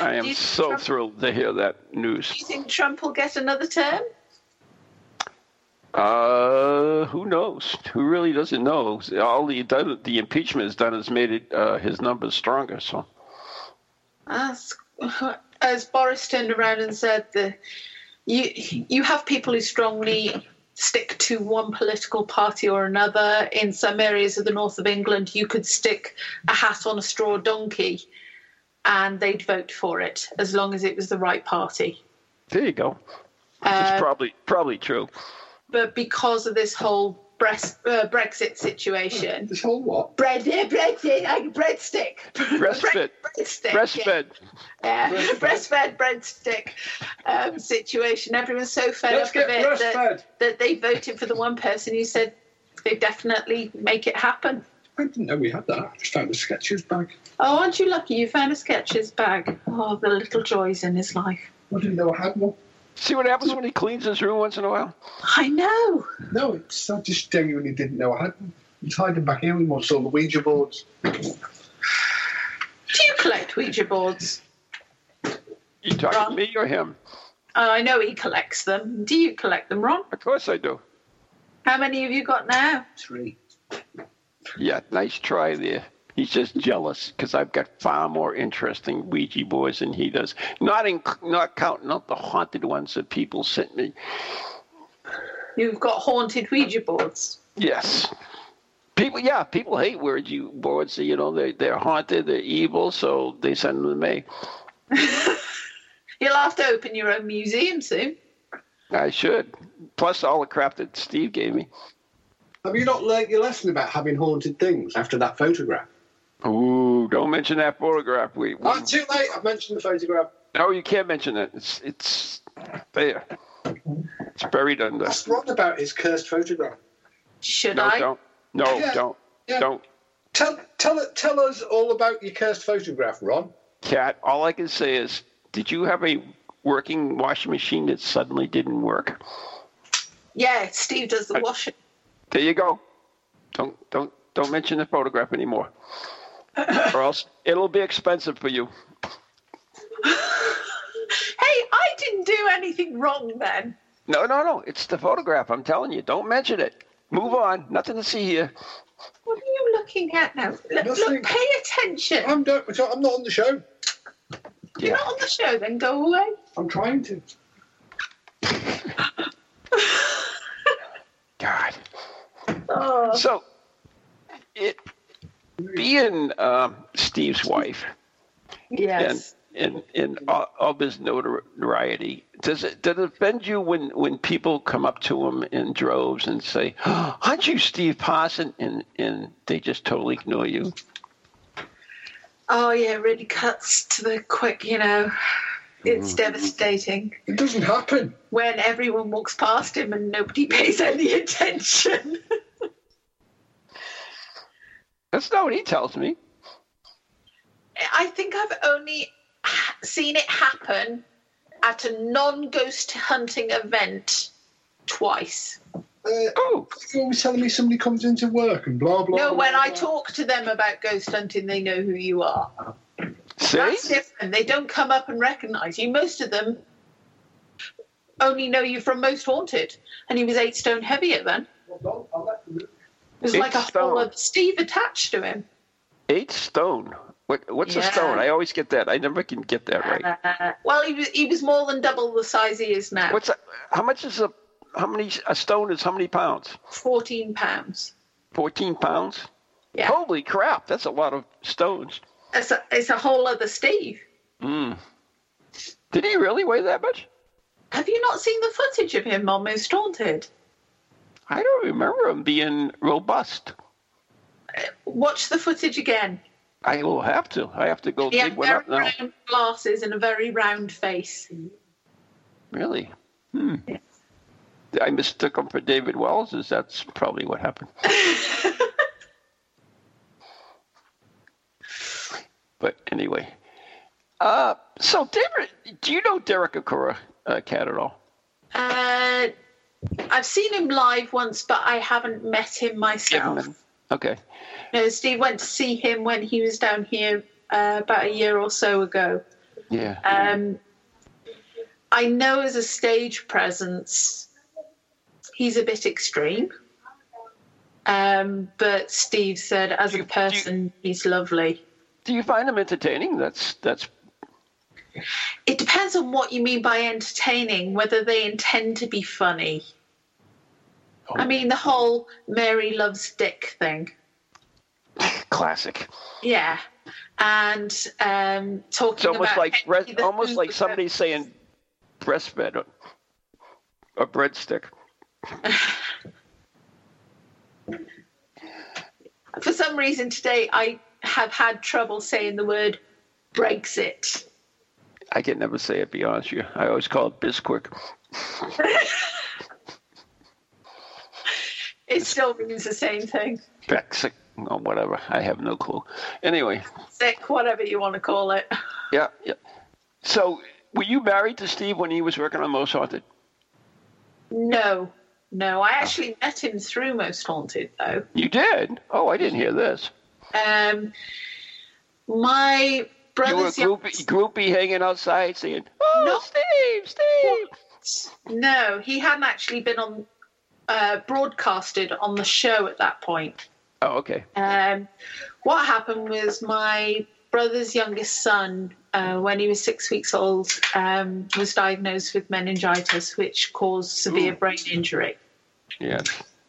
Speaker 3: Do
Speaker 2: am
Speaker 3: you-
Speaker 2: so thrilled to hear that
Speaker 3: Do you
Speaker 2: news.
Speaker 3: think Trump will get another term?
Speaker 2: Uh, who knows? Who really doesn't know? All the done, the impeachment has done has made it uh, his numbers stronger. So
Speaker 3: As, as Boris turned around and said, the, you you have people who strongly stick to one political party or another. In some areas of the north of England, you could stick a hat on a straw donkey, and they'd vote for it as long as it was the right party.
Speaker 2: There you go.
Speaker 3: Uh,
Speaker 2: it's probably probably true.
Speaker 3: but because of this whole Brexit, uh, Brexit situation,
Speaker 4: This whole what?
Speaker 3: bread, yeah, bread, yeah, like breadstick,
Speaker 2: Breastfed.
Speaker 3: breadstick, yeah.
Speaker 2: Breastfed.
Speaker 3: Yeah, breastfed breadstick um, situation. Everyone's so fed
Speaker 4: Let's
Speaker 3: up of
Speaker 4: get
Speaker 3: it that,
Speaker 4: breastfed.
Speaker 3: that they voted for the one person who said they definitely make it happen.
Speaker 4: I didn't know we had that. I just found the sketches bag.
Speaker 3: Oh, aren't you lucky? You found a Skechers bag. Oh, the little joys in his life.
Speaker 4: I didn't know I had one.
Speaker 2: See what happens when he cleans his room once in a while.
Speaker 3: I know.
Speaker 4: No, it's, I just genuinely didn't know I had one. It's hiding back here with more sort of Ouija boards.
Speaker 3: Do you collect Ouija boards?
Speaker 2: You talking
Speaker 3: Ron.
Speaker 2: to me or him?
Speaker 3: Oh, I know he collects them. Do you collect them, Ron?
Speaker 2: Of course I do.
Speaker 3: How many have you got now?
Speaker 4: Three.
Speaker 2: Yeah, nice try there. He's just jealous because I've got far more interesting Ouija boards than he does. Not in, not counting up the haunted ones that people sent me.
Speaker 3: You've got haunted Ouija boards.
Speaker 2: Yes. People, yeah, people hate Ouija boards. You know, they they're haunted, they're evil, so they send them to me.
Speaker 3: You'll have to open your own museum soon.
Speaker 2: I should. Plus all the crap that Steve gave me.
Speaker 4: Have you not learnt your lesson about having haunted things after that photograph?
Speaker 2: Ooh, don't mention that photograph. We, we
Speaker 4: Ah, too late. I've mentioned the photograph.
Speaker 2: no, you can't mention it. It's it's there. It's buried under.
Speaker 4: That's wrong about his cursed photograph.
Speaker 3: Should
Speaker 2: No,
Speaker 3: I?
Speaker 2: don't. No,
Speaker 4: Yeah,
Speaker 2: don't.
Speaker 4: yeah.
Speaker 2: Don't.
Speaker 4: Tell, tell, tell us all about your cursed photograph, Ron.
Speaker 2: Cat, all I can say is, did you have a working washing machine that suddenly didn't work?
Speaker 3: Yeah, Steve does the washing.
Speaker 2: There you go. Don't don't don't mention the photograph anymore. or else it'll be expensive for you.
Speaker 3: Hey, I didn't do anything wrong then.
Speaker 2: No, no, no. It's the photograph. I'm telling you. Don't mention it. Move on. Nothing to see here.
Speaker 3: What are you looking at now? Look,
Speaker 4: Nothing.
Speaker 3: look pay attention.
Speaker 4: I'm, don't, I'm not on the show.
Speaker 3: You're not on the show, then go away.
Speaker 4: I'm trying to.
Speaker 2: God.
Speaker 3: Oh,
Speaker 2: So, it being um, Steve's wife
Speaker 3: yes.
Speaker 2: and and, and all, all this notoriety, does it does it offend you when when people come up to him in droves and say, oh, "Aren't you Steve Parson?" and and they just totally ignore you?
Speaker 3: Oh, yeah, it really cuts to the quick, you know. It's
Speaker 2: Mm-hmm.
Speaker 3: devastating
Speaker 4: It doesn't happen.
Speaker 3: when everyone walks past him and nobody pays any attention.
Speaker 2: That's not what he tells me.
Speaker 3: I think I've only ha- seen it happen at a non ghost hunting event twice.
Speaker 4: Uh,
Speaker 2: Oh,
Speaker 4: you're always telling me somebody comes into work and blah, blah.
Speaker 3: No,
Speaker 4: blah,
Speaker 3: when I
Speaker 4: blah.
Speaker 3: talk to them about ghost hunting, they know who you are.
Speaker 2: see,
Speaker 3: That's different. They don't come up and recognise you. Most of them only know you from Most Haunted, and he was eight stone heavier then.
Speaker 4: Well, I'll let them-
Speaker 3: It was
Speaker 2: Eight
Speaker 3: like a
Speaker 2: stone.
Speaker 3: whole other Steve attached to him.
Speaker 2: eight stone. What what's
Speaker 3: Yeah.
Speaker 2: a stone? I always get that. I never can get that right.
Speaker 3: Uh, well, he was he was more than double the size he is now.
Speaker 2: What's a, how much is a how many a stone is how many pounds?
Speaker 3: fourteen pounds?
Speaker 2: Fourteen pounds.
Speaker 3: Yeah,
Speaker 2: Holy crap! That's a lot of stones.
Speaker 3: it's a, it's a whole other Steve.
Speaker 2: Did he really weigh that much?
Speaker 3: Have you not seen the footage of him on Most Haunted?
Speaker 2: I don't remember him being robust.
Speaker 3: Watch the footage again.
Speaker 2: I will have to. I have to go
Speaker 3: He
Speaker 2: dig
Speaker 3: had
Speaker 2: one
Speaker 3: very
Speaker 2: up now.
Speaker 3: round glasses and a very round face.
Speaker 2: Really? Hmm. I mistook him for David Wells. Is that's probably what happened? but anyway, uh, so David, do you know Derek Akura uh, cat at all?
Speaker 3: Uh, I've seen him live once, but I haven't met him myself.
Speaker 2: Okay.
Speaker 3: No, Steve went to see him when he was down here uh, about a year or so ago.
Speaker 2: Yeah.
Speaker 3: Um, I know as a stage presence, he's a bit extreme. Um, but Steve said, as
Speaker 2: Do you-
Speaker 3: a
Speaker 2: do you-
Speaker 3: person, he's lovely.
Speaker 2: do you find him entertaining? That's that's
Speaker 3: It depends on what you mean by entertaining, whether they intend to be funny.
Speaker 2: Oh.
Speaker 3: I mean, the whole Mary loves Dick thing.
Speaker 2: Classic.
Speaker 3: Yeah. And um, talking
Speaker 2: It's almost
Speaker 3: about
Speaker 2: like
Speaker 3: Henry
Speaker 2: bre-
Speaker 3: the
Speaker 2: almost like
Speaker 3: Hoover.
Speaker 2: somebody saying breastfed or, or breadstick.
Speaker 3: For some reason today, I have had trouble saying the word Brexit.
Speaker 2: I can never say it. Be honest with you. I always call it Bisquick.
Speaker 3: It still means the same thing.
Speaker 2: Brexit or whatever. I have no clue. Anyway,
Speaker 3: Sick, whatever you want to call it.
Speaker 2: yeah, yeah. So, were you married to Steve when he was working on Most Haunted?
Speaker 3: No, no.
Speaker 2: Oh.
Speaker 3: I actually met him through Most Haunted, though.
Speaker 2: You did. Oh, I didn't hear this.
Speaker 3: Um, my
Speaker 2: You were a
Speaker 3: brother's
Speaker 2: groupie, groupie hanging outside saying, "Oh,
Speaker 3: No.
Speaker 2: Steve, Steve."
Speaker 3: No, he hadn't actually been on uh, broadcasted on the show at that point.
Speaker 2: Oh, okay.
Speaker 3: Um, what happened was my brother's youngest son, uh, when he was six weeks old, um, was diagnosed with meningitis, which caused severe brain injury.
Speaker 2: Yeah.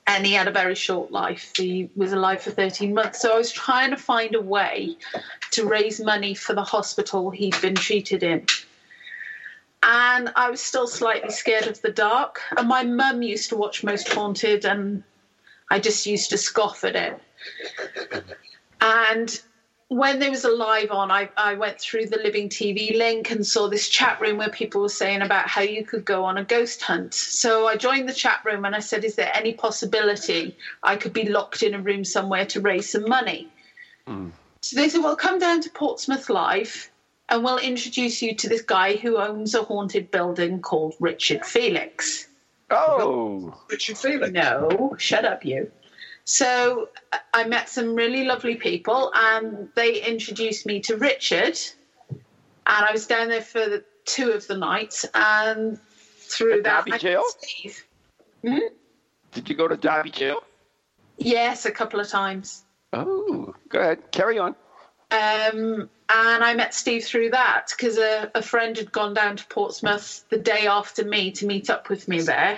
Speaker 3: And he had a very short life. He was alive for 13 months. So I was trying to find a way to raise money for the hospital he'd been treated in. And I was still slightly scared of the dark. And my mum used to watch Most Haunted, and I just used to scoff at it. And when there was a live on, I, I went through the Living TV link and saw this chat room where people were saying about how you could go on a ghost hunt. So I joined the chat room and I said, Is there any possibility I could be locked in a room somewhere to raise some money? So they said, Well, come down to Portsmouth Live and we'll introduce you to this guy who owns a haunted building called Richard Felix.
Speaker 2: Oh,
Speaker 4: Richard Felix.
Speaker 3: No, shut up, you. So I- I met some really lovely people, and they introduced me to Richard. And I was down there for the, two of the nights, and through
Speaker 2: At
Speaker 3: that,
Speaker 2: Derby
Speaker 3: met
Speaker 2: Jail?
Speaker 3: Steve.
Speaker 2: did you go to Derby Jail?
Speaker 3: Yes, a couple of times.
Speaker 2: Oh, go ahead. Carry on.
Speaker 3: Um, and I met Steve through that because a, a friend had gone down to Portsmouth the day after me to meet up with me there.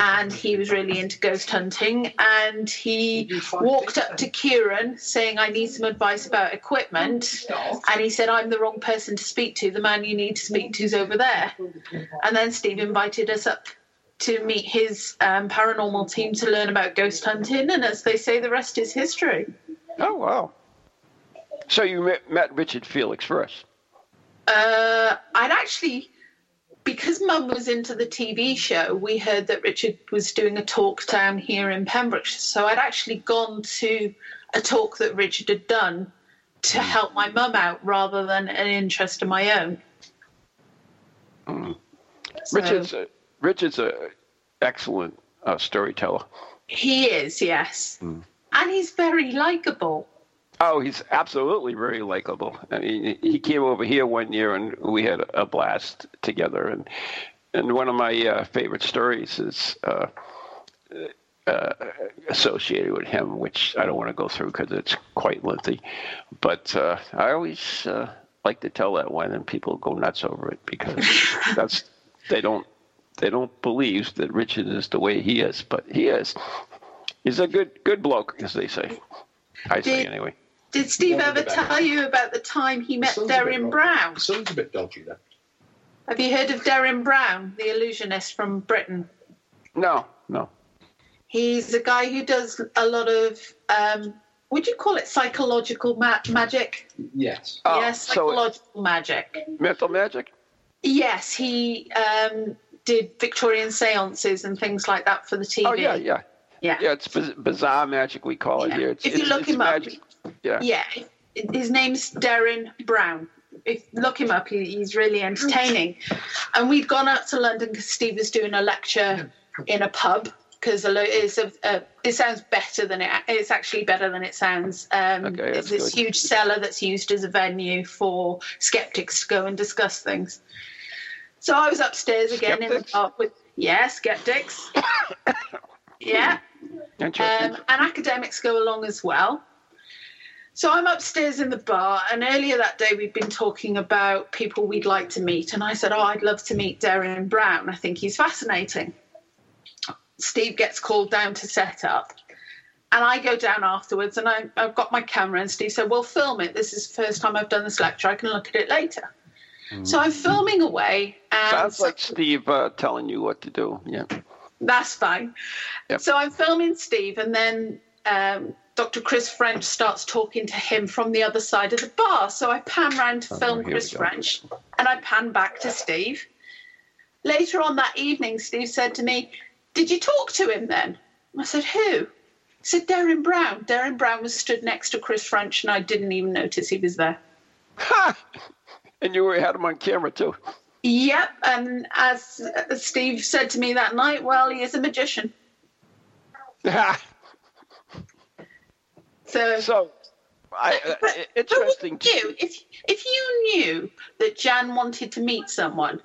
Speaker 3: And he was really into ghost hunting. And he walked up to Kieran saying, I need some advice about equipment. And he said, I'm the wrong person to speak to. The man you need to speak to is over there. And then Steve invited us up to meet his um, paranormal team to learn about ghost hunting. And as they say, the rest is history.
Speaker 2: Oh, wow. So you met, met Richard Felix first.
Speaker 3: Uh, I'd actually, because Mum was into the TV show, we heard that Richard was doing a talk down here in Pembrokeshire. So I'd actually gone to a talk that Richard had done to
Speaker 4: Hmm.
Speaker 3: help my mum out rather than an interest of my own. So
Speaker 2: Richard's a, Richard's a excellent uh, storyteller.
Speaker 3: he is, yes.
Speaker 4: Hmm.
Speaker 3: And he's very likable.
Speaker 2: Oh, he's absolutely very likable. I mean, he came over here one year and we had a blast together. And and one of my uh, favorite stories is uh, uh, associated with him, which I don't want to go through because it's quite lengthy. But uh, I always uh, like to tell that one, and people go nuts over it because that's they don't they don't believe that Richard is the way he is, but he is. He's a good good bloke, as they say. I say
Speaker 3: Did-
Speaker 2: anyway.
Speaker 3: Did Steve
Speaker 4: Yeah,
Speaker 3: ever
Speaker 4: but-
Speaker 3: tell you about the time he met
Speaker 4: Sounds a bit
Speaker 3: Darren
Speaker 4: wrong.
Speaker 3: Brown?
Speaker 4: Sounds a bit dodgy there.
Speaker 3: Have you heard of Darren Brown, the illusionist from Britain?
Speaker 2: No, no.
Speaker 3: He's a guy who does a lot of, um, would you call it psychological ma- magic?
Speaker 4: Yes.
Speaker 2: Oh,
Speaker 3: yes,
Speaker 2: so it's
Speaker 3: psychological magic.
Speaker 2: mental magic.
Speaker 3: Yes, he um, did Victorian seances and things like that for the TV.
Speaker 2: Oh yeah, yeah,
Speaker 3: yeah.
Speaker 2: yeah. It's biz- bizarre magic. We call it
Speaker 3: Yeah.
Speaker 2: here. It's,
Speaker 3: If you
Speaker 2: it's-
Speaker 3: look
Speaker 2: it's
Speaker 3: him up,
Speaker 2: magic. Yeah.
Speaker 3: Yeah, his name's Darren Brown. If look him up, he, he's really entertaining. And we'd gone out to London because Steve was doing a lecture in a pub because it's a, a, it sounds better than it it's actually better than it sounds. Um,
Speaker 2: Okay, that's
Speaker 3: it's this
Speaker 2: good.
Speaker 3: huge cellar that's used as a venue for skeptics to go and discuss things. So I was upstairs again in the
Speaker 2: Skeptics?
Speaker 3: pub with yeah skeptics. yeah.
Speaker 2: Interesting.
Speaker 3: Um, and academics go along as well. So I'm upstairs in the bar, and earlier that day we'd been talking about people we'd like to meet, and I said, "Oh, I'd love to meet Darren Brown. I think he's fascinating." Steve gets called down to set up, and I go down afterwards, and I, I've got my camera, and Steve said, "Well, film it. This is the first time I've done this lecture. I can look at it later." So I'm filming away, and
Speaker 2: Mm. Sounds like Steve uh, telling you what to do. Yeah.
Speaker 3: that's fine.
Speaker 2: Yep.
Speaker 3: So I'm filming Steve, and then um, Dr. Chris French starts talking to him from the other side of the bar. So I pan round to film
Speaker 2: Oh, here we
Speaker 3: Chris
Speaker 2: go.
Speaker 3: French, and I pan back to Steve. Later on that evening, Steve said to me, Did you talk to him then? I said, Who? He said, Darren Brown. Darren Brown was stood next to Chris French, and I didn't even notice he was there.
Speaker 2: Ha! And you had him on camera too.
Speaker 3: Yep, and as uh, Steve said to me that night, well, he is a magician.
Speaker 2: Ha!
Speaker 3: So,
Speaker 2: so, I, uh,
Speaker 3: But-
Speaker 2: interesting.
Speaker 3: But what would you do if if you knew that Jan wanted to meet someone,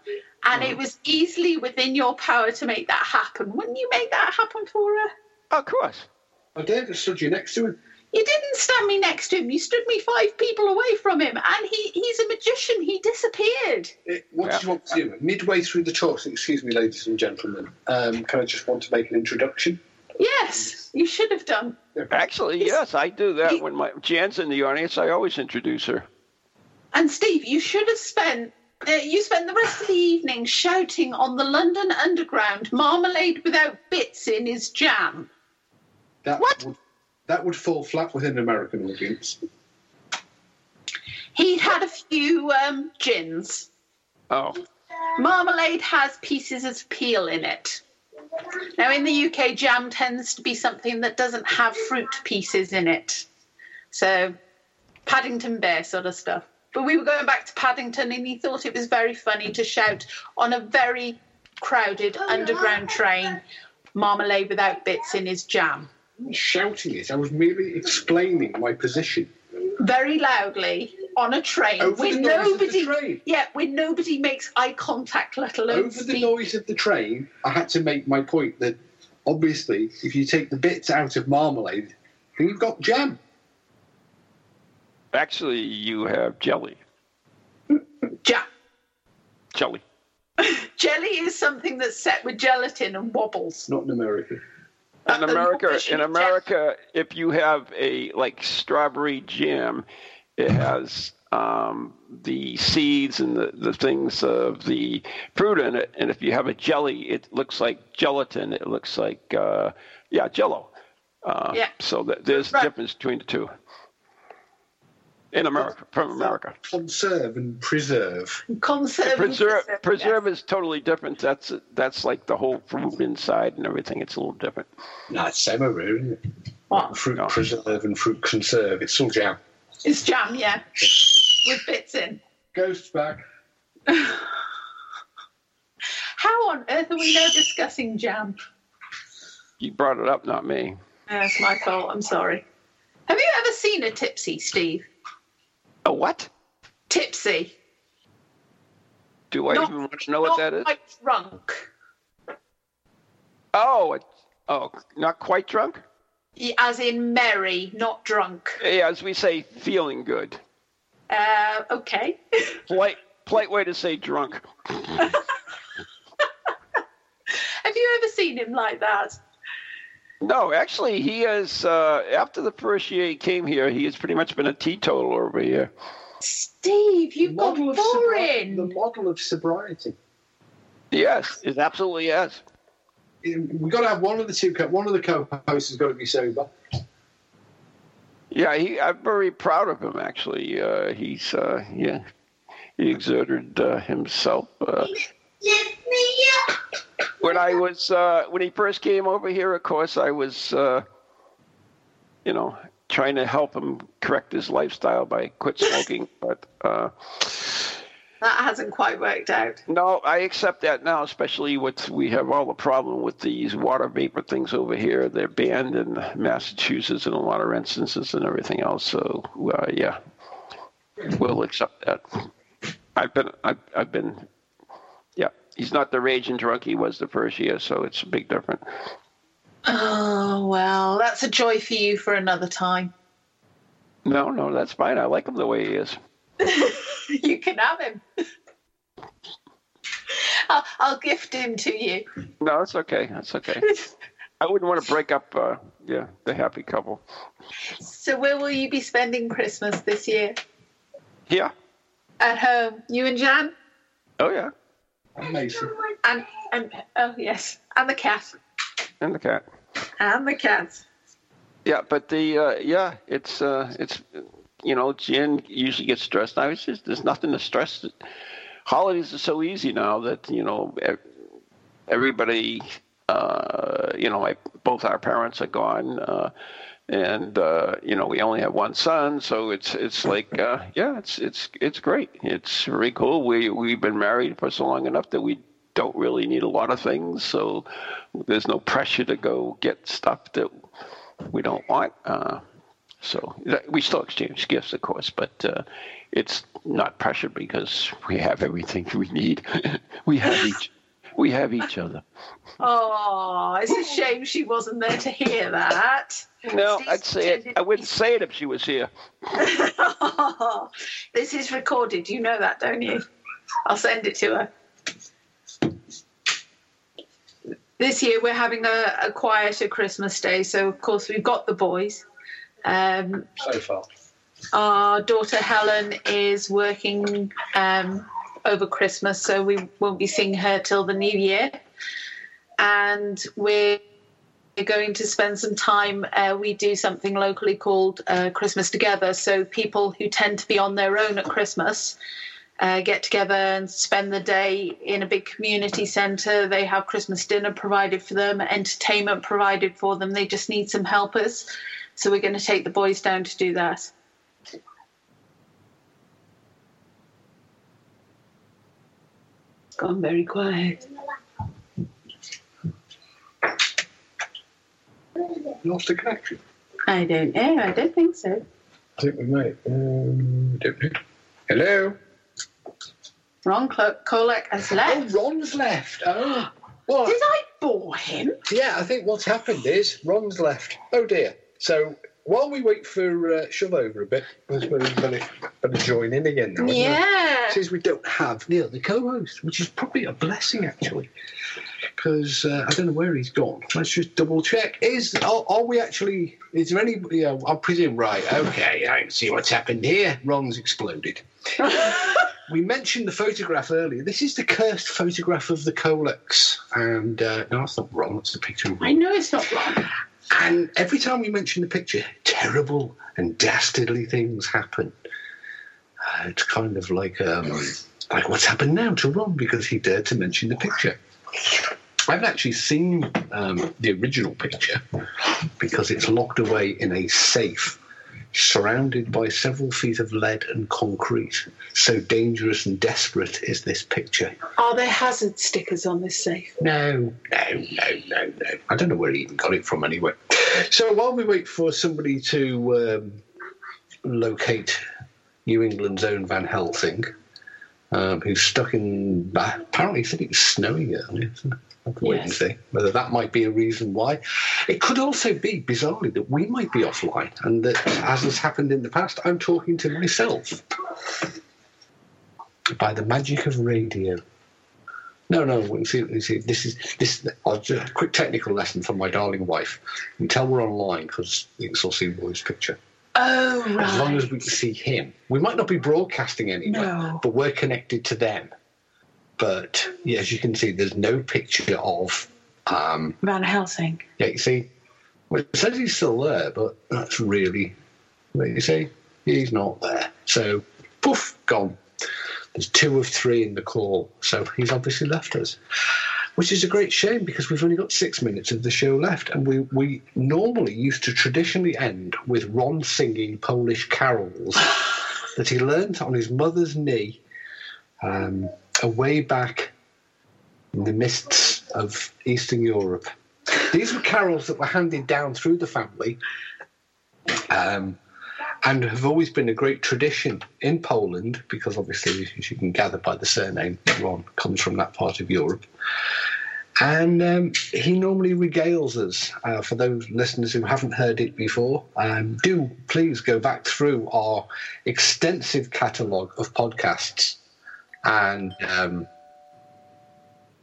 Speaker 3: and
Speaker 2: Mm.
Speaker 3: it was easily within your power to make that happen? Wouldn't you make that happen for her?
Speaker 2: Oh, Of course.
Speaker 4: I did. I stood you next to him.
Speaker 3: You didn't stand me next to him. You stood me five people away from him, and he, he's a magician. He disappeared.
Speaker 4: It- What
Speaker 2: Yeah.
Speaker 4: did you want to do? Midway through the talk, excuse me, ladies and gentlemen, um, can I just want to make an introduction?
Speaker 3: Yes, you should have done.
Speaker 2: Actually, yes, I do that
Speaker 3: He-
Speaker 2: when my Jan's in the audience. I always introduce her.
Speaker 3: And Steve, you should have spent. Uh, you spent the rest of the evening shouting on the London Underground, "Marmalade without bits in is jam."
Speaker 4: That
Speaker 3: What?
Speaker 4: Would, that would fall flat with an American audience.
Speaker 3: He'd had a few um, gins.
Speaker 2: Oh,
Speaker 3: Marmalade has pieces of peel in it. Now, in the UK, jam tends to be something that doesn't have fruit pieces in it. So, Paddington Bear sort of stuff. But we were going back to Paddington and he thought it was very funny to shout on a very crowded underground train, Marmalade without bits in his jam.
Speaker 4: I wasn't shouting it. I was merely explaining my position.
Speaker 3: Very loudly on a train
Speaker 4: Over
Speaker 3: where
Speaker 4: the noise of the
Speaker 3: nobody,
Speaker 4: train.
Speaker 3: yeah, where nobody makes eye contact, let alone
Speaker 4: Over the
Speaker 3: speak.
Speaker 4: noise of the train, I had to make my point that obviously, if you take the bits out of marmalade, then you've got jam.
Speaker 2: actually, you have jelly.
Speaker 3: Jam.
Speaker 2: Jelly.
Speaker 3: Jelly is something that's set with gelatin and wobbles.
Speaker 4: Not in America.
Speaker 2: in America,
Speaker 3: rubbish
Speaker 2: in
Speaker 3: and
Speaker 2: America, if you have a like strawberry jam, it has um, the seeds and the, the things of the fruit in it. And if you have a jelly, it looks like gelatin. It looks like uh, yeah, Jello. Uh,
Speaker 3: Yeah.
Speaker 2: So that there's
Speaker 3: Right.
Speaker 2: a difference between the two. In America, from America,
Speaker 4: Conserve and preserve.
Speaker 3: Conserve.
Speaker 2: preserve preserve is totally different. That's that's like the whole fruit inside and everything. It's a little different.
Speaker 4: Nah, it's same over here, isn't it?
Speaker 3: What?
Speaker 4: Fruit preserve and fruit conserve. It's all jam.
Speaker 3: It's jam, yeah. With bits in.
Speaker 4: Ghost back.
Speaker 3: How on earth are we now discussing jam?
Speaker 2: You brought it up, not me.
Speaker 3: That's my fault. I'm sorry. Have you ever seen a tipsy, Steve?
Speaker 2: A what?
Speaker 3: Tipsy.
Speaker 2: Do I
Speaker 3: Not-
Speaker 2: even want to know what
Speaker 3: not
Speaker 2: that is?
Speaker 3: Like drunk.
Speaker 2: Oh, it, oh, not quite drunk.
Speaker 3: Y- As in merry, not drunk.
Speaker 2: Yeah, as we say, feeling good.
Speaker 3: Uh, okay.
Speaker 2: Polite, polite way to say drunk.
Speaker 3: Have you ever seen him like that?
Speaker 2: No, actually, he is. Uh, after the first year he came here, he has pretty much been a teetotaler over here.
Speaker 3: Steve, you've got
Speaker 4: of
Speaker 3: boring.
Speaker 4: sobriety. The model of sobriety.
Speaker 2: Yes, it absolutely yes.
Speaker 4: We've got to have one of the two. co- One of the co-hosts has got to be sober.
Speaker 2: Yeah, he, I'm very proud of him. Actually, uh, he's uh, yeah, he exerted uh, himself. Uh,
Speaker 5: Lift me up.
Speaker 2: when I was uh, when he first came over here, of course, I was uh, you know trying to help him correct his lifestyle by quit smoking, but uh,
Speaker 3: That hasn't quite worked out.
Speaker 2: no, I accept that now. Especially with we have all the problem with these water vapor things over here. They're banned in Massachusetts in a lot of instances and everything else. So uh, yeah, we'll accept that. I've been I've, I've been yeah. He's not the raging drunk he was the first year, so it's a big difference.
Speaker 3: Oh, well, that's a joy for you for another time.
Speaker 2: No, no, that's fine. I like him the way he is.
Speaker 3: you can have him. I'll, I'll gift him to you.
Speaker 2: No, that's okay. That's okay. I wouldn't want to break up, uh, yeah, the happy couple.
Speaker 3: So, where will you be spending Christmas this year?
Speaker 2: Yeah.
Speaker 3: At home, you and Jan,
Speaker 2: Oh, yeah.
Speaker 4: Amazing.
Speaker 3: Oh, and and oh yes, and the cat,
Speaker 2: And the cat.
Speaker 3: and the cat.
Speaker 2: Yeah, but the uh, yeah, it's uh, it's you know, Jen usually gets stressed. I was just there's nothing to stress. Holidays are so easy now that you know ev- everybody. Uh, you know, my, both our parents are gone, uh, and uh, you know we only have one son, so it's it's like uh, yeah, it's it's it's great. It's really cool. We we've been married for so long enough that we don't really need a lot of things, so there's no pressure to go get stuff that we don't want. Uh, so that- we still exchange gifts, of course, but uh, it's not pressure because we have everything we need. we have each, we have each other.
Speaker 3: Oh, it's a shame she wasn't there to hear that.
Speaker 2: No, I'd say it. I wouldn't say it if she was here.
Speaker 3: this is recorded. You know that, don't you? I'll send it to her. This year we're having a, a quieter Christmas day, so of course we've got the boys. Um,
Speaker 4: So far.
Speaker 3: our daughter Helen is working um, over Christmas, so we won't be seeing her till the new year. And we're going to spend some time. Uh, we do something locally called uh, Christmas Together. So people who tend to be on their own at Christmas uh, get together and spend the day in a big community centre. They have Christmas dinner provided for them, entertainment provided for them. They just need some helpers. So we're going to take the boys down to do that. It's gone very quiet.
Speaker 4: Lost the connection.
Speaker 3: I don't know. I don't think so.
Speaker 4: I think we might. Um, don't know. Hello.
Speaker 3: Ron Clo- Kolak has
Speaker 4: Oh,
Speaker 3: left.
Speaker 4: Ron's left. Oh, what?
Speaker 3: Did I bore him?
Speaker 4: Yeah, I think what's happened is Ron's left. Oh dear. So while we wait for uh, shove over a bit, we're going to join in again now. isn't it?
Speaker 3: Yeah.
Speaker 4: Since we don't have Neil, the co-host, which is probably a blessing actually, because uh, I don't know where he's gone. Let's just double check. Is are, are we actually? Is there any? Yeah, I presume. Right. Okay. I see what's happened here. Ron's exploded. we mentioned the photograph earlier. This is the cursed photograph of the Colex, and uh, no, that's not Ron. That's the picture of
Speaker 3: I
Speaker 4: Ron.
Speaker 3: know it's not Ron.
Speaker 4: And every time we mention the picture, terrible and dastardly things happen. Uh, it's kind of like um, like what's happened now to Ron because he dared to mention the picture. I haven't actually seen um, the original picture because it's locked away in a safe surrounded by several feet of lead and concrete. So dangerous and desperate is this picture.
Speaker 3: Are Oh, there hazard stickers on this safe?
Speaker 4: No, no, no, no, no. I don't know where he even got it from anyway. So while we wait for somebody to um, locate New England's own Van Helsing, um, who's stuck in. Apparently, he said it was snowing earlier. So I'll have to wait and
Speaker 3: Yes.
Speaker 4: see whether that might be a reason why. It could also be, bizarrely, that we might be offline and that, as has happened in the past, I'm talking to myself by the magic of radio. No, no. we See, we see, this is this. I'll just, a quick technical lesson for my darling wife. You tell we're online because you can still see Roy's picture.
Speaker 3: Oh,
Speaker 4: As long
Speaker 3: right.
Speaker 4: as we can see him, we might not be broadcasting anywhere,
Speaker 3: No.
Speaker 4: but we're connected to them. But yeah, as you can see, there's no picture of. Um,
Speaker 3: Van Helsing.
Speaker 4: yeah, you see, well, it says he's still there, but that's really. What you see? He's not there. So, poof, gone. There's two of three in the call, so he's obviously left us. Which is a great shame because we've only got six minutes of the show left, and we, we normally used to traditionally end with Ron singing Polish carols that he learnt on his mother's knee um, away back in the mists of Eastern Europe. These were carols that were handed down through the family um, and have always been a great tradition in Poland because obviously, as you can gather by the surname, Ron comes from that part of Europe. And um, he normally regales us. Uh, for those listeners who haven't heard it before, um, do please go back through our extensive catalogue of podcasts and um,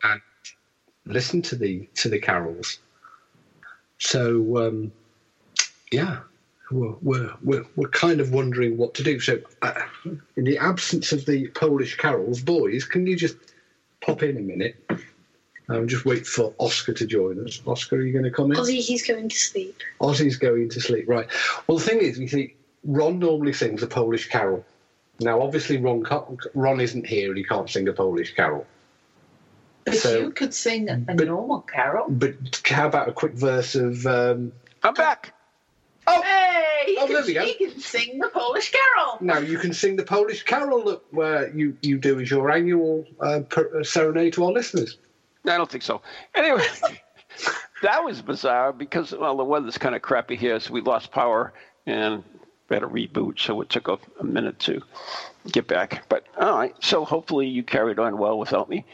Speaker 4: and listen to the to the carols. So um, yeah, we're, we're we're we're kind of wondering what to do. So uh, in the absence of the Polish carols, boys, can you just pop in a minute? Um, just wait for Oscar to join us. Oscar, are you going to come in?
Speaker 5: Ozzy, he's going to sleep.
Speaker 4: Ozzy's going to sleep. Right. Well, the thing is, you see, Ron normally sings a Polish carol. Now, obviously, Ron can't, Ron isn't here and he can't sing a Polish carol.
Speaker 3: But
Speaker 4: So-
Speaker 3: you could sing a
Speaker 4: but-
Speaker 3: normal carol.
Speaker 4: But how about a quick verse of? Um,
Speaker 2: I'm back.
Speaker 3: Hey, he,
Speaker 4: Oh,
Speaker 3: can,
Speaker 4: there we go.
Speaker 3: he can sing the Polish carol.
Speaker 4: now you can sing the Polish carol that where you you do as your annual uh, per, uh, serenade to our listeners.
Speaker 2: I don't think so. Anyway, that was bizarre because well, the weather's kind of crappy here, so we lost power and we had a reboot, so it took a, a minute to get back. But all right, so hopefully you carried on well without me.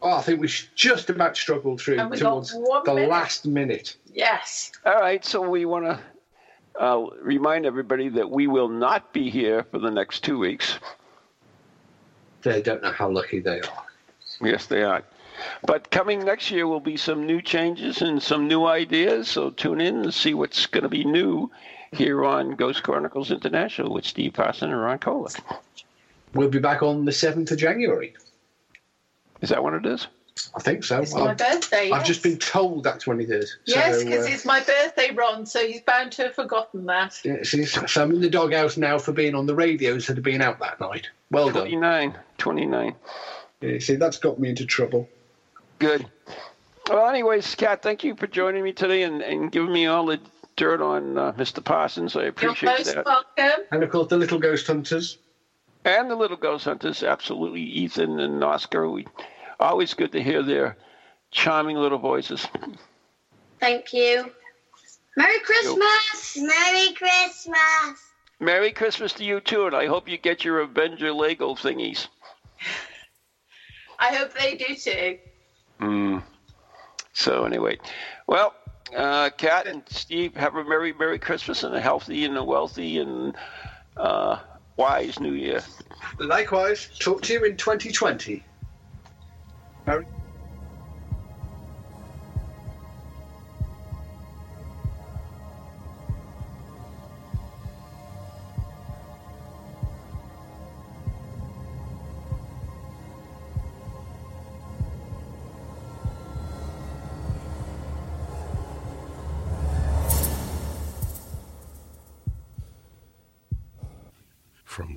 Speaker 4: Oh, I think we sh- just about struggled through
Speaker 3: And we got
Speaker 4: towards
Speaker 3: one
Speaker 4: the
Speaker 3: minute.
Speaker 4: last minute.
Speaker 3: Yes.
Speaker 2: All right, so we want to uh, remind everybody that we will not be here for the next two weeks.
Speaker 4: They don't know how lucky they are.
Speaker 2: Yes, they are. But coming next year will be some new changes and some new ideas. So tune in and see what's going to be new here on Ghost Chronicles International with Steve Parson and Ron Kolick.
Speaker 4: We'll be back on the seventh of January.
Speaker 2: Is that what it is?
Speaker 4: I think so.
Speaker 3: It's my
Speaker 4: I've,
Speaker 3: birthday.
Speaker 4: I've just been told that's when it is.
Speaker 3: Yes,
Speaker 4: So,
Speaker 3: because
Speaker 4: uh,
Speaker 3: it's my birthday, Ron, so he's bound to have forgotten that.
Speaker 4: yeah, see, so so I'm in the doghouse now for being on the radio instead of being out that night. Well done.
Speaker 2: 29. 29.
Speaker 4: Yeah, see, that's got me into trouble.
Speaker 2: Good. Well, anyways, Kat, thank you for joining me today and, and giving me all the dirt on uh, Mr. Parsons. I
Speaker 3: You're
Speaker 2: appreciate
Speaker 3: most
Speaker 2: that.
Speaker 3: welcome.
Speaker 4: And of course, the little ghost hunters.
Speaker 2: And the Little Ghost Hunters, absolutely. Ethan and Oscar, we always good to hear their charming little voices.
Speaker 5: Thank you. Merry Christmas! Merry Christmas!
Speaker 2: Merry Christmas to you too, and I hope you get your Avenger Lego thingies.
Speaker 3: I hope they do too.
Speaker 2: So anyway, well, uh, Kat and Steve, have a merry, merry Christmas and a healthy and a wealthy and uh, wise New Year.
Speaker 4: Likewise, talk to you in 2020. Merry-
Speaker 9: From